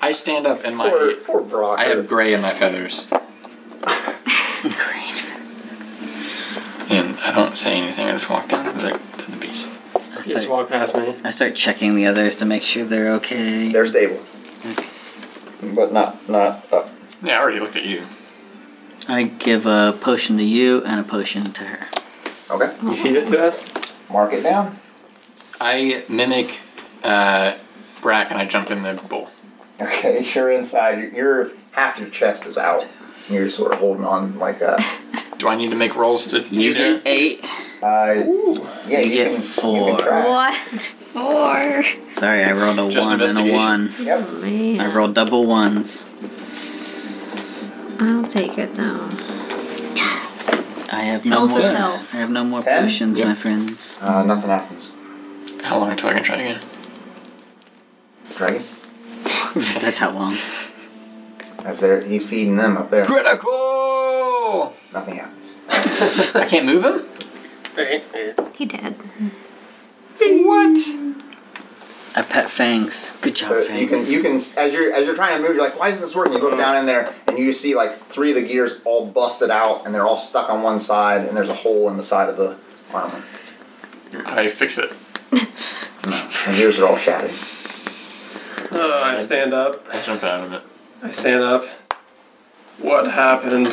F: I stand up and
B: Poor,
F: my
B: poor Brock.
F: I have gray in my feathers,
E: Great.
F: and I don't say anything. I just walk down to the, to the beast.
D: he just walked past me.
E: I start checking the others to make sure they're okay.
B: They're stable, but not not up.
F: Yeah, I already looked at you.
E: I give a potion to you and a potion to her.
B: Okay.
D: You feed it to us.
B: Mark it down.
F: I mimic uh, Brack, and I jump in the bowl.
B: Okay, you're inside. Your- Your half your chest is out. and You're sort of holding on like a.
F: Do I need to make rolls to
E: You
F: do that?
E: get eight.
B: Uh, yeah,
E: You get
B: can, You
E: four.
B: can try.
C: What? Four.
E: Sorry, I rolled a
F: Just
E: one and a
F: investigation.
E: one.
B: Yep.
C: Man.
E: I rolled double ones.
C: I'll take it though.
E: I have no
C: Health
E: more.
C: is health.
E: I have no more
B: Ten?
E: potions,
F: Yep.
E: my friends.
B: Uh, nothing happens.
F: How long until I can try again?
B: Dragon.
E: That's how long.
B: That's there. He's feeding them up there.
F: Critical!
B: Nothing happens.
F: I can't move him?
C: He did.
F: What?
E: I pet Fangs. Good job,
B: So Uh, you can
E: Fangs.
B: you can as you're as you're trying to move, you're like, why isn't this working? You
D: Uh-huh.
B: look down in there and you see like three of the gears all busted out and they're all stuck on one side and there's a hole in the side of the armor.
F: I fix it.
B: And gears are all shattered.
D: Uh, I stand up.
F: I jump out of it.
D: I stand up. What happened?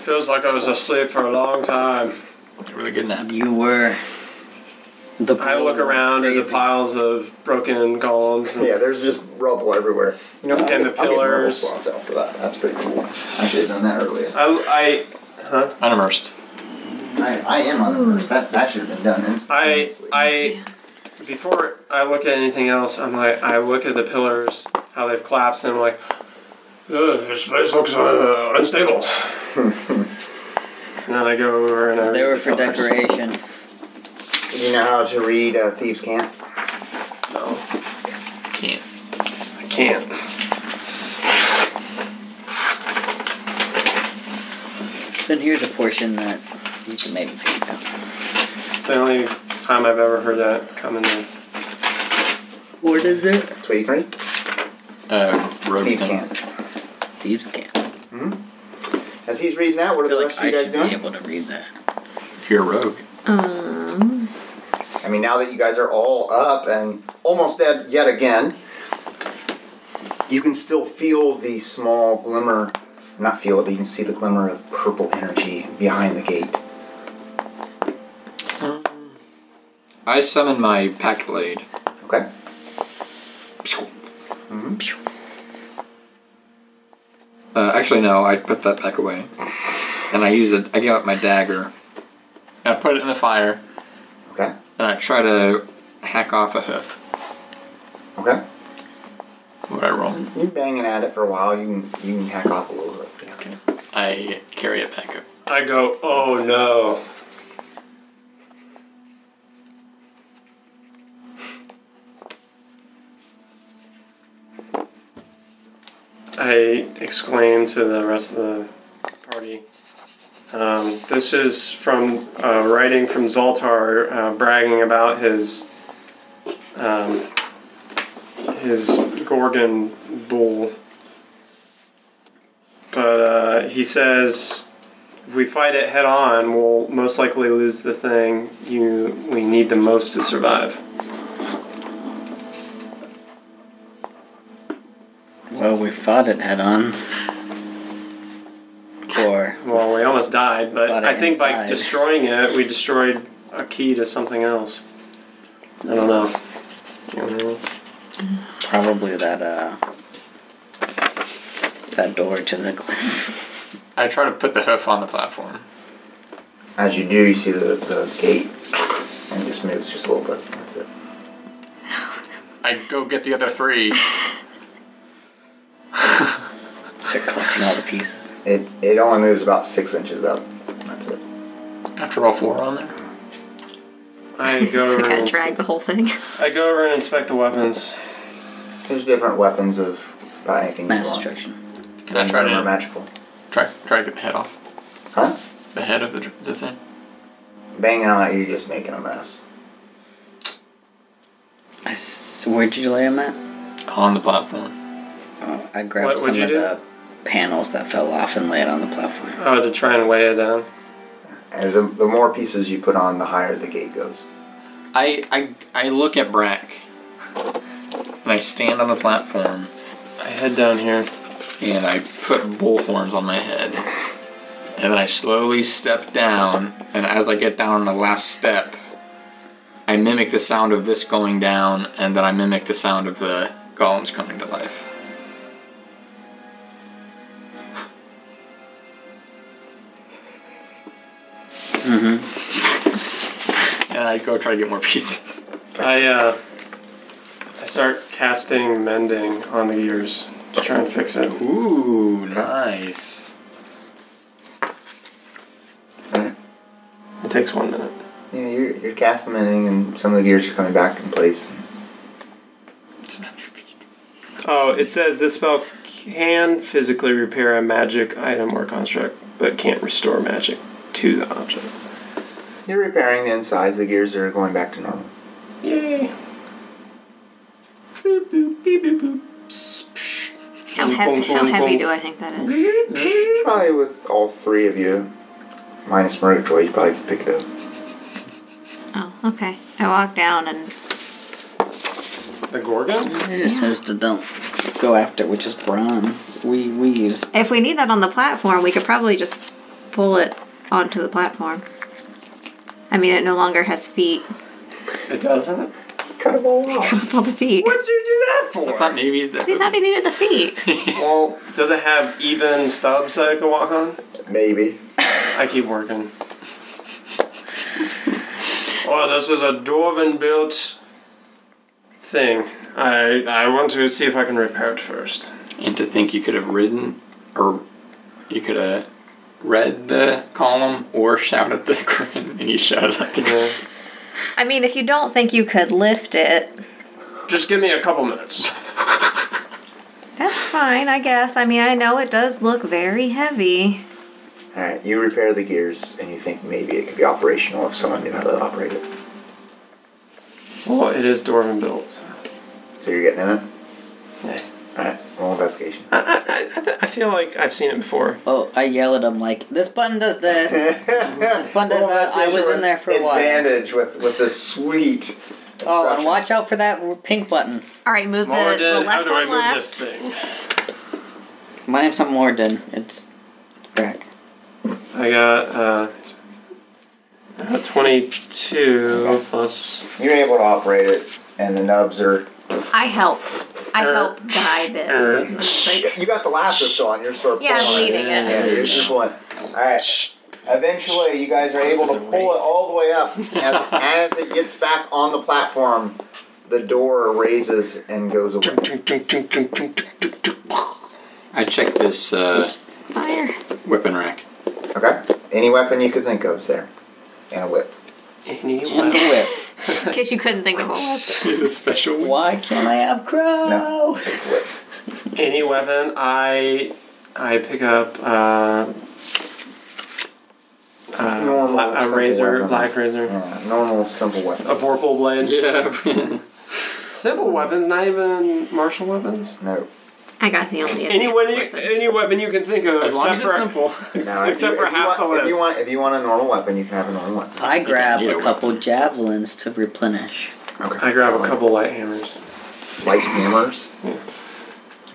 D: Feels like I was asleep for a long time.
F: Really good nap.
E: You were. The
D: I look around at the
E: Crazy.
D: piles of broken columns. And
B: Yeah, there's just rubble everywhere. You know, I'll
D: And
B: get-
D: the
B: I'll get rubble
D: pillars.
B: spots out for that. That's pretty cool. I should have done that earlier.
D: I,
F: Unimmersed.
B: I, I am on the first. That that should have been done
D: I,
B: instantaneously.
D: I, I, before I look at anything else, I'm like, I look at the pillars, how they've collapsed, and I'm like, "Ugh, this place looks uh, unstable. and then I go over and I
E: They
D: read
E: were
D: the
E: for
D: pillars.
E: decoration.
B: you know how to read uh, Thieves' Camp?
D: No,
F: Can't.
D: I can't.
E: Then here's a portion that you can maybe pick up.
D: It's the only time I've ever heard that come in the
E: What is it?
B: That's what you can read.
F: Uh, rogue
B: Thieves'
F: thing.
B: Camp.
E: Thieves camp.
B: As he's reading that, what
E: I
B: are
E: feel
B: the
E: like
B: rest of
E: I
B: you guys
E: should be
B: doing?
E: able to read that.
F: If you're a rogue.
C: Um.
B: I mean, now that you guys are all up and almost dead yet again, you can still feel the small glimmer. Not feel it, but you can see the glimmer of purple energy behind the gate.
F: I summon my packed blade.
B: Okay?
F: Mm-hmm. Uh, actually, no, I put that back away. And I use it. I get out my dagger. And I put it in the fire.
B: Okay?
F: And I try to hack off a hoof.
B: Okay?
F: What I roll.
B: You're banging at it for a while. You can, you can hack off a little bit. Yeah.
F: Okay. I carry it back up.
D: I go, oh no. I exclaim to the rest of the party, um, th- This is from uh, writing from Zoltar uh, bragging about his um, his Gorgon bull. But uh, he says, if we fight it head on, we'll most likely lose the thing you we need the most to survive.
E: Well, we fought it head on. Or
D: Well, we almost died, but
E: Fought it
D: I think by
E: inside.
D: destroying it, we destroyed a key to something else. I don't know. You know?
E: probably that uh that door to the cliff.
F: I try to put the hoof on the platform.
B: As you do, you see the, the gate and it just moves just a little bit. That's it.
F: I go get the other three.
E: Start collecting all the pieces.
B: It it only moves about six inches up. That's it.
F: After all four are on there.
D: I go
C: I
D: over and
C: gotta
D: ins-
C: drag the whole thing.
D: I go over and inspect the weapons.
B: There's different weapons of about anything you
E: Mass
B: want.
E: destruction.
F: Can I try
B: None of them are
F: to
B: magical.
F: try, try to get the head off?
B: Huh?
F: The head of the, dr- the thing?
B: Banging on it, you're just making a mess.
E: I s- where'd you lay them at?
F: On the platform.
E: Oh, I grabbed
D: What- what'd
E: some
D: you
E: of
D: do?
E: the panels that fell off and laid on the platform.
D: Oh, to try and weigh it down.
B: And the, the more pieces you put on, the higher the gate goes.
F: I, I, I look at Brack. And I stand on the platform.
D: I head down here.
F: and I put bullhorns on my head. And then I slowly step down, and as I get down on the last step, I mimic the sound of this going down, and then I mimic the sound of the golems coming to life. Mm-hmm. And I go try to get more pieces.
D: I uh, I start casting mending on the gears to try and fix it.
F: Ooh, nice.
D: It takes one minute.
B: Yeah, you're, you're casting mending, and some of the gears are coming back in place.
F: Snap your feet.
D: Oh, it says this spell can physically repair a magic item or construct, but can't restore magic to the object.
B: You're repairing the insides. The gears are going back to normal.
D: Yay! Boop boop beep boop boop. Psst, psh.
C: How, heavy, how heavy do I think that is?
B: Probably with all three of you, minus Murgatroyd, you probably could pick it up.
C: Oh, okay. I walk down and
D: The gorgon?
E: It just says to don't go after, it, which is brawn. We we used
C: if we need that on the platform, we could probably just pull it onto the platform. I mean, it no longer has feet.
D: It doesn't.
B: Cut them all off.
C: All the feet.
D: What'd you do that for?
F: I thought maybe that
C: See, that
F: was-
C: needed the feet.
D: Well, does it have even stubs that I can walk on?
B: Maybe.
D: I keep working. oh, this is a dwarven built thing. I I want to see if I can repair it first.
F: And to think you could have ridden, or you could have read the column or shouted the curtain, and you shouted at the
D: Yeah.
C: I mean, if you don't think you could lift it,
D: Just give me a couple minutes.
C: that's fine, I guess. I mean, I know it does look very heavy.
B: Alright, you repair the gears, and you think maybe it could be operational if someone knew how to operate it.
D: Well, it is dwarven built. So.
B: So you're getting in it?
D: Yeah.
B: Alright, roll investigation.
D: I, I, I, th- I feel like I've seen it before.
E: Oh, I yell at him like, this button does this. Oh, this button does that. I was in there for a while.
B: Advantage with, with the sweet.
E: Oh, and
B: instructions.
E: watch out for that pink button.
C: All right, move the, the
D: Morden, how
C: left
D: do I
C: one
D: move
C: left.
D: this thing?
E: My name's not Morden. It's Brack.
D: I got uh, uh, 22 plus.
B: You're able to operate it, and the nubs are.
C: I help. I
D: Er,
C: help guide it. It's like-
B: You got the lasso still on. You're sort of
C: yeah,
B: pulling
C: I'm
B: on it.
C: leading
B: Yeah,
C: it.
B: you're just one. Alright. Eventually, you guys are able to pull it all the way up. As, as it gets back on the platform, the door raises and goes away.
F: I checked this uh,
C: Fire.
F: weapon rack.
B: Okay? Any weapon you could think of is there. And a whip.
D: Any
E: And the
D: left.
E: whip.
C: In case you couldn't think of what was.
F: Is a special one.
E: Why can't I have crow?
B: No. Whip.
D: Any weapon. I I pick up uh, uh,
B: normal,
D: a
B: simple
D: razor,
B: weapons.
D: black razor.
B: Yeah, normal, simple weapons.
D: A vorpal blade.
F: Yeah.
D: Simple weapons, not even martial weapons.
B: No.
C: I got the only
D: Any
C: advanced
D: weapon, you,
C: weapon.
D: any weapon you can think of,
F: as long as
D: except
F: it's
D: for
F: simple.
B: No, if
D: except
B: you-
D: for
B: if you
D: half
B: want-
D: the
B: If you
D: list.
B: want, if you want a normal weapon, you can have a normal weapon.
E: I grab
F: Yeah,
E: a
F: we-
E: couple javelins to replenish.
B: Okay.
D: I grab a
B: Like
D: couple light hammers.
B: light hammers.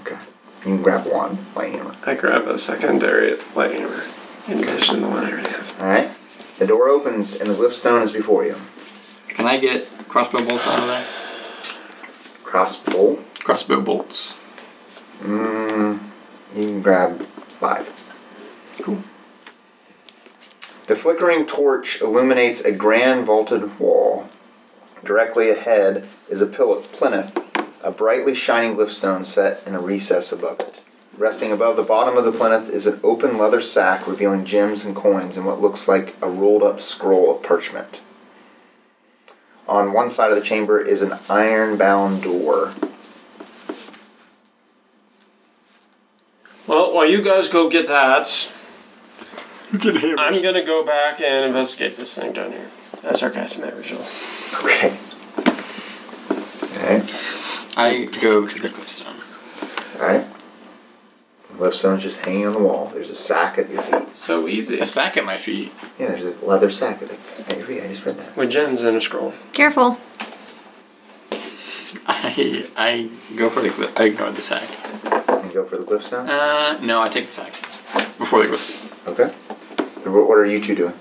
B: Okay. You can grab one light hammer.
D: I grab a secondary light hammer in addition to the one I already have.
B: All right. The door opens and the glyph stone is before you.
F: Can I get crossbow bolts out of there?
B: Crossbow.
F: Crossbow bolts.
B: Mm, you can grab five.
F: Cool.
B: The flickering torch illuminates a grand vaulted wall. Directly ahead is a pill- plinth, a brightly shining glyphstone set in a recess above it. Resting above the bottom of the plinth is an open leather sack revealing gems and coins and what looks like a rolled up scroll of parchment. On one side of the chamber is an iron bound door.
D: Well, while you guys go get that,
F: Get
D: I'm gonna go back and investigate this thing down here. That's our casting at ritual.
B: Okay. Okay.
F: I go to the glyphstones.
B: Alright. Left stone's just hanging on the wall. There's a sack at your feet.
D: So easy.
F: A sack at my feet.
B: Yeah, there's a leather sack at, the, at your feet. I just read that.
D: With gems in a scroll.
C: Careful.
F: I I go for the. glyph- I ignore the sack.
B: And go for the glyph stone?
F: Uh, no, I take the sack before the glyph.
B: Okay. So what, what are you two doing?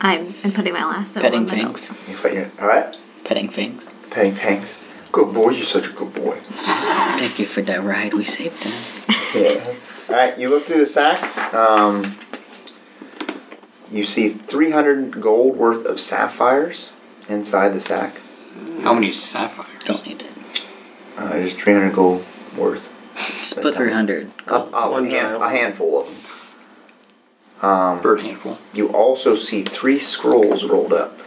C: I'm, I'm putting my lasso
E: Petting
C: on my belt.
E: things.
B: You fight your. Alright.
E: Petting things.
B: Petting pangs. Good boy, you're such a good boy.
E: Thank you for that ride. We saved them.
B: Yeah. Alright, you look through the sack. Um, you see 300 gold worth of sapphires inside the sack.
F: How many sapphires?
E: Don't need it.
B: Uh, there's 300 gold worth.
E: Just put 300.
B: Uh, oh,
D: One
B: a, hand,
D: giant
B: a
D: one.
B: handful of them.
F: Bird handful.
B: You also see three scrolls rolled up.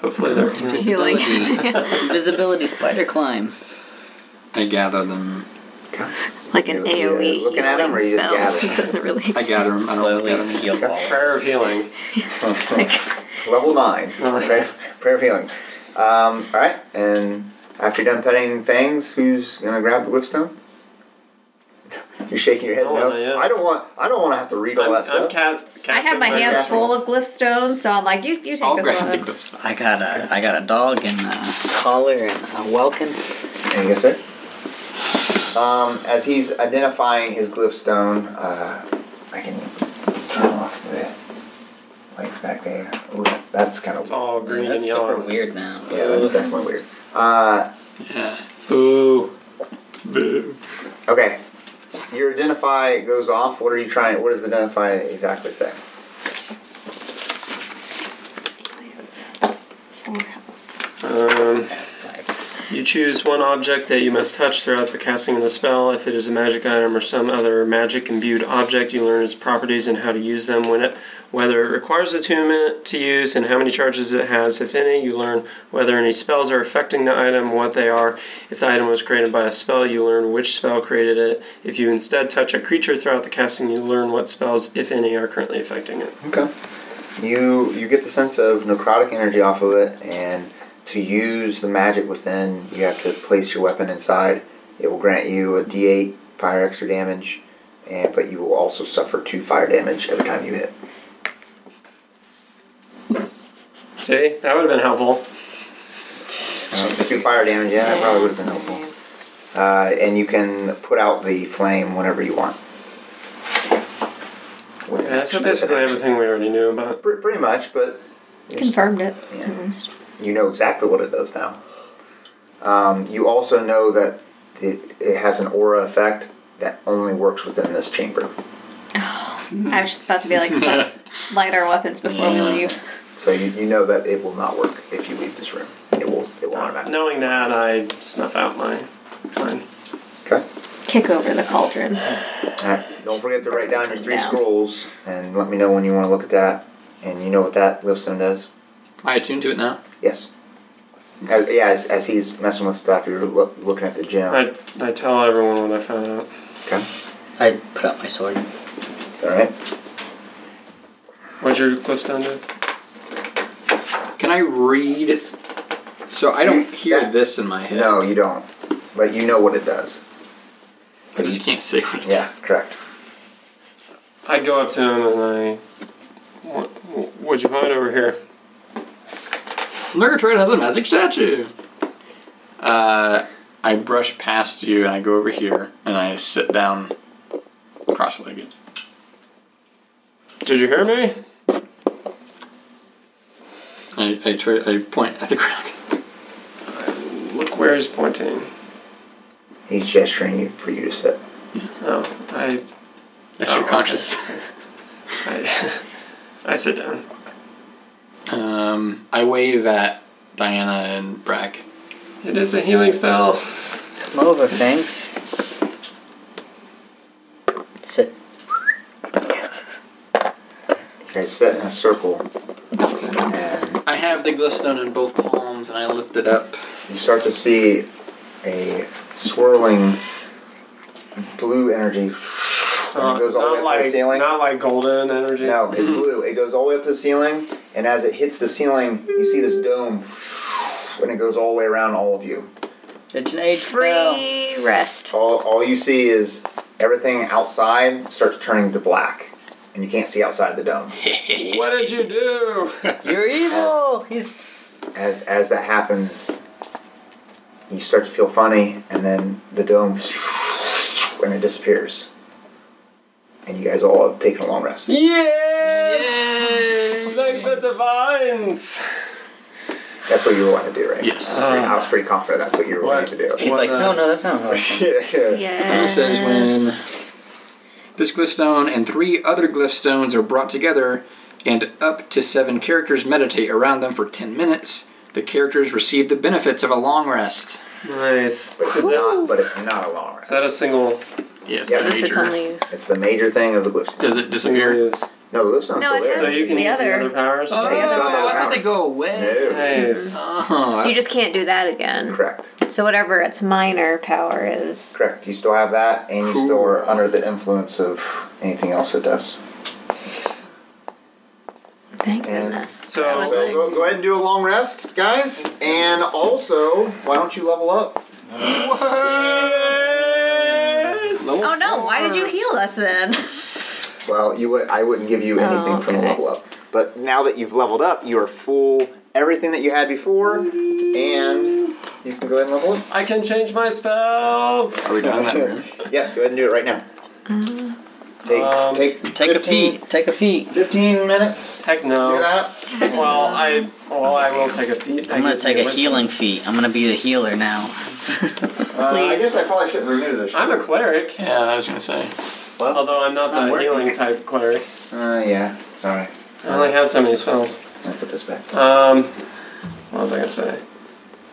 D: Hopefully they're
C: Healing.
E: Invisibility spider climb.
F: I gather them.
C: like an
B: Yeah, yeah,
C: AoE
B: looking at 'em or
C: healing
B: you just
C: spell.
B: gather 'em?
C: It doesn't really
F: I
C: exist.
F: gather them. I don't
E: Slowly
F: gather them.
E: heals all.
D: prayer of healing.
B: Level nine. prayer, prayer of healing. Um, all right, and after you're done petting fangs, who's gonna grab the glipstone? You're shaking your head.
D: No,
B: No,
D: not yet.
B: I don't want. I don't want to have to read all
D: I'm,
B: that
D: I'm
B: stuff.
D: cast,
C: I
D: casting
C: have my hands
B: hands
C: full
B: full
C: of glyph stones, so I'm like, you, you take
F: I'll
C: this
F: grab the
C: one.
F: glyphstone.
E: I got a I got a dog and a collar and a welkin.
B: And yes, sir. Um, as he's identifying his glipstone, uh, I can turn off the lights back there. Ooh, that- that's kind of
D: It's all green and
E: That's super
D: yellow.
E: weird now.
B: yeah, that's definitely weird. Uh,
F: Yeah.
D: Ooh.
B: Okay. Your identify goes off. What are you trying? What does the identify exactly say?
D: Um,
E: Five.
D: you choose one object that you must touch throughout the casting of the spell. If it is a magic item or some other magic imbued object, you learn its properties and how to use them when it whether it requires attunement to use and how many charges it has, if any. You learn whether any spells are affecting the item, what they are. If the item was created by a spell, you learn which spell created it. If you instead touch a creature throughout the casting, you learn what spells, if any, are currently affecting it.
B: Okay. You you get the sense of necrotic energy off of it, and to use the magic within, you have to place your weapon inside. It will grant you a D8 fire extra damage, and but you will also suffer two fire damage every time you hit.
D: See, that would have been helpful.
B: Um, two fire damage. Yeah, that probably would have been helpful. Uh, and you can put out the flame whenever you want. With an
D: Yeah,
B: action- with
D: so
B: an
D: basically
B: action.
D: everything we already knew about.
B: Pre- Pretty much, but
C: Confirmed it.
B: Yeah.
C: At least.
B: you know exactly what it does now. Um, you also know that it, it has an aura effect that only works within this chamber.
C: I was just about to be like, let's light our weapons before we leave.
B: So you, you know that it will not work if you leave this room. It will it will automatically.
D: Knowing that, I snuff out my plan.
B: Okay.
C: Kick over the cauldron.
B: All right. Don't forget to write down your three
C: Yeah.
B: scrolls and let me know when you want to look at that. And you know what that glowstone does?
F: Am I attuned to it now?
B: Yes. As, yeah, as, as he's messing with stuff, you're loo- looking at the gem.
D: I, I tell everyone what I found out.
B: Okay.
E: I put out my sword.
B: All right.
D: What's your close down to?
F: Can I read? So I don't hear
B: Yeah.
F: this in my head.
B: No, you don't. But you know what it does.
F: I just can't say what it
B: Yeah,
F: is.
B: correct.
D: I go up to him and I. What, what'd you find over here?
F: Murgatroyd has a magic statue. Uh, I brush past you and I go over here and I sit down, cross-legged.
D: Did you hear me?
F: I I, try, I point at the ground.
D: Look where he's pointing.
B: He's gesturing you for you to sit.
D: Oh, I.
F: That's
D: oh,
F: your
D: okay.
F: conscious.
D: I, I sit down.
F: Um, I wave at Diana and Brack.
D: It is a healing spell.
E: Come over, thanks. Sit.
B: You guys sit in a circle, and
F: I have the glowstone in both palms and I lift it up.
B: you start to see a swirling blue energy. And it goes all the way up
D: Uh, not,
B: to
D: like,
B: the ceiling.
D: not like golden energy.
B: No, it's blue. It goes all the way up to the ceiling, and as it hits the ceiling, you see this dome, and it goes all the way around all of you.
E: It's an eight spell.
C: Free rest.
B: All, all you see is everything outside starts turning to black, and you can't see outside the dome.
D: What did you do?
E: You're evil. He's
B: As as that happens, you start to feel funny, and then the dome, and it disappears, and you guys all have taken a long rest.
D: Yes! Like the divines!
B: That's what you were wanting to do, right?
F: Yes.
B: I was pretty confident that's what you were wanting to do.
E: he's
D: What uh,
E: like,
D: the-
E: no, no, that's not how it
B: yeah, yeah.
F: It
C: Yes.
F: says when this glowstone and three other glowstones are brought together and up to seven characters meditate around them for 10 minutes, the characters receive the benefits of a long rest.
D: Nice.
B: But it's
D: Is that,
B: not. But it's not a long rest.
D: is that a single?
F: Yes,
B: Yeah.
C: Just
F: major.
C: it's only used.
B: It's the major thing of the glipstone.
F: Does
D: single
F: it disappear?
D: use?
B: No, the glipstone's
C: No,
B: still
C: it
B: there.
D: So you can
C: The
D: use the
C: other.
D: other powers?
B: It's not
F: Oh, I
B: all
F: thought they
B: hours.
F: go away.
B: No.
D: Nice.
F: Oh,
C: You
F: that's-
C: just can't do that again.
B: Correct.
C: So whatever its minor power is.
B: Correct. You still have that, and you
F: Cool.
B: still are under the influence of anything else it does.
C: Thank
B: And
C: goodness.
D: so-
C: That was
B: So
C: like-
B: go, go ahead and do a long rest, guys. And also, why don't you level up?
F: Level
C: oh no! Why did you heal us then?
B: Well, you would. I wouldn't give you anything
C: Oh,
B: from the
C: okay.
B: level up. But now that you've leveled up, you are full everything that you had before, and you can go ahead and level up.
D: I can change my spells!
F: Are we done that room?
B: Yes, go ahead and do it right now. Uh, Take
D: Um,
B: take
E: Take a
B: 15
E: feat. Take a feat.
B: 15 minutes.
D: Heck
B: Do
D: no.
B: that.
D: Well, I well I will take a feat.
E: I'm gonna take a healing feat. I'm gonna be the healer now.
B: Uh, I
C: Please.
B: guess I probably shouldn't remove this.
D: I'm a cleric,
F: Yeah, I was going to say.
D: although I'm not
E: Not
D: the
E: working.
D: healing type cleric.
B: Uh, yeah. Sorry.
D: I only have so many spells.
B: I'll put this back.
D: Um, what was I gonna say?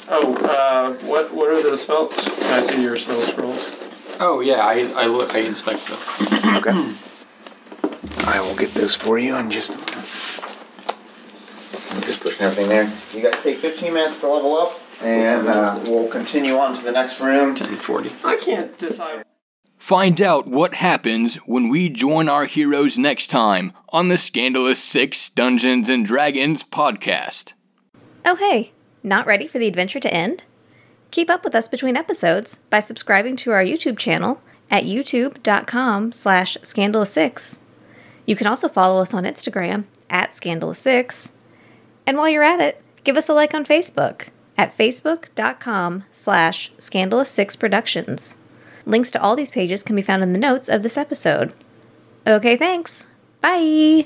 D: Oh, uh, what what are the spells? Can I see your spell scroll?
F: Oh, yeah, I, I, look, I inspect them.
B: Okay. I will get those for you in just a moment. I'm just pushing everything there. You guys take 15 minutes to level up, and uh, we'll continue on to the next room.
F: 1040.
D: I can't decide.
A: Find out what happens when we join our heroes next time on the Scandalous Six Dungeons and Dragons podcast.
C: Oh, hey, not ready for the adventure to end? Keep up with us between episodes by subscribing to our YouTube channel at youtube.com slash scandalous6. You can also follow us on Instagram at scandalous6. And while you're at it, give us a like on Facebook at facebook.com slash scandalous6productions. Links to all these pages can be found in the notes of this episode. Okay, thanks. Bye.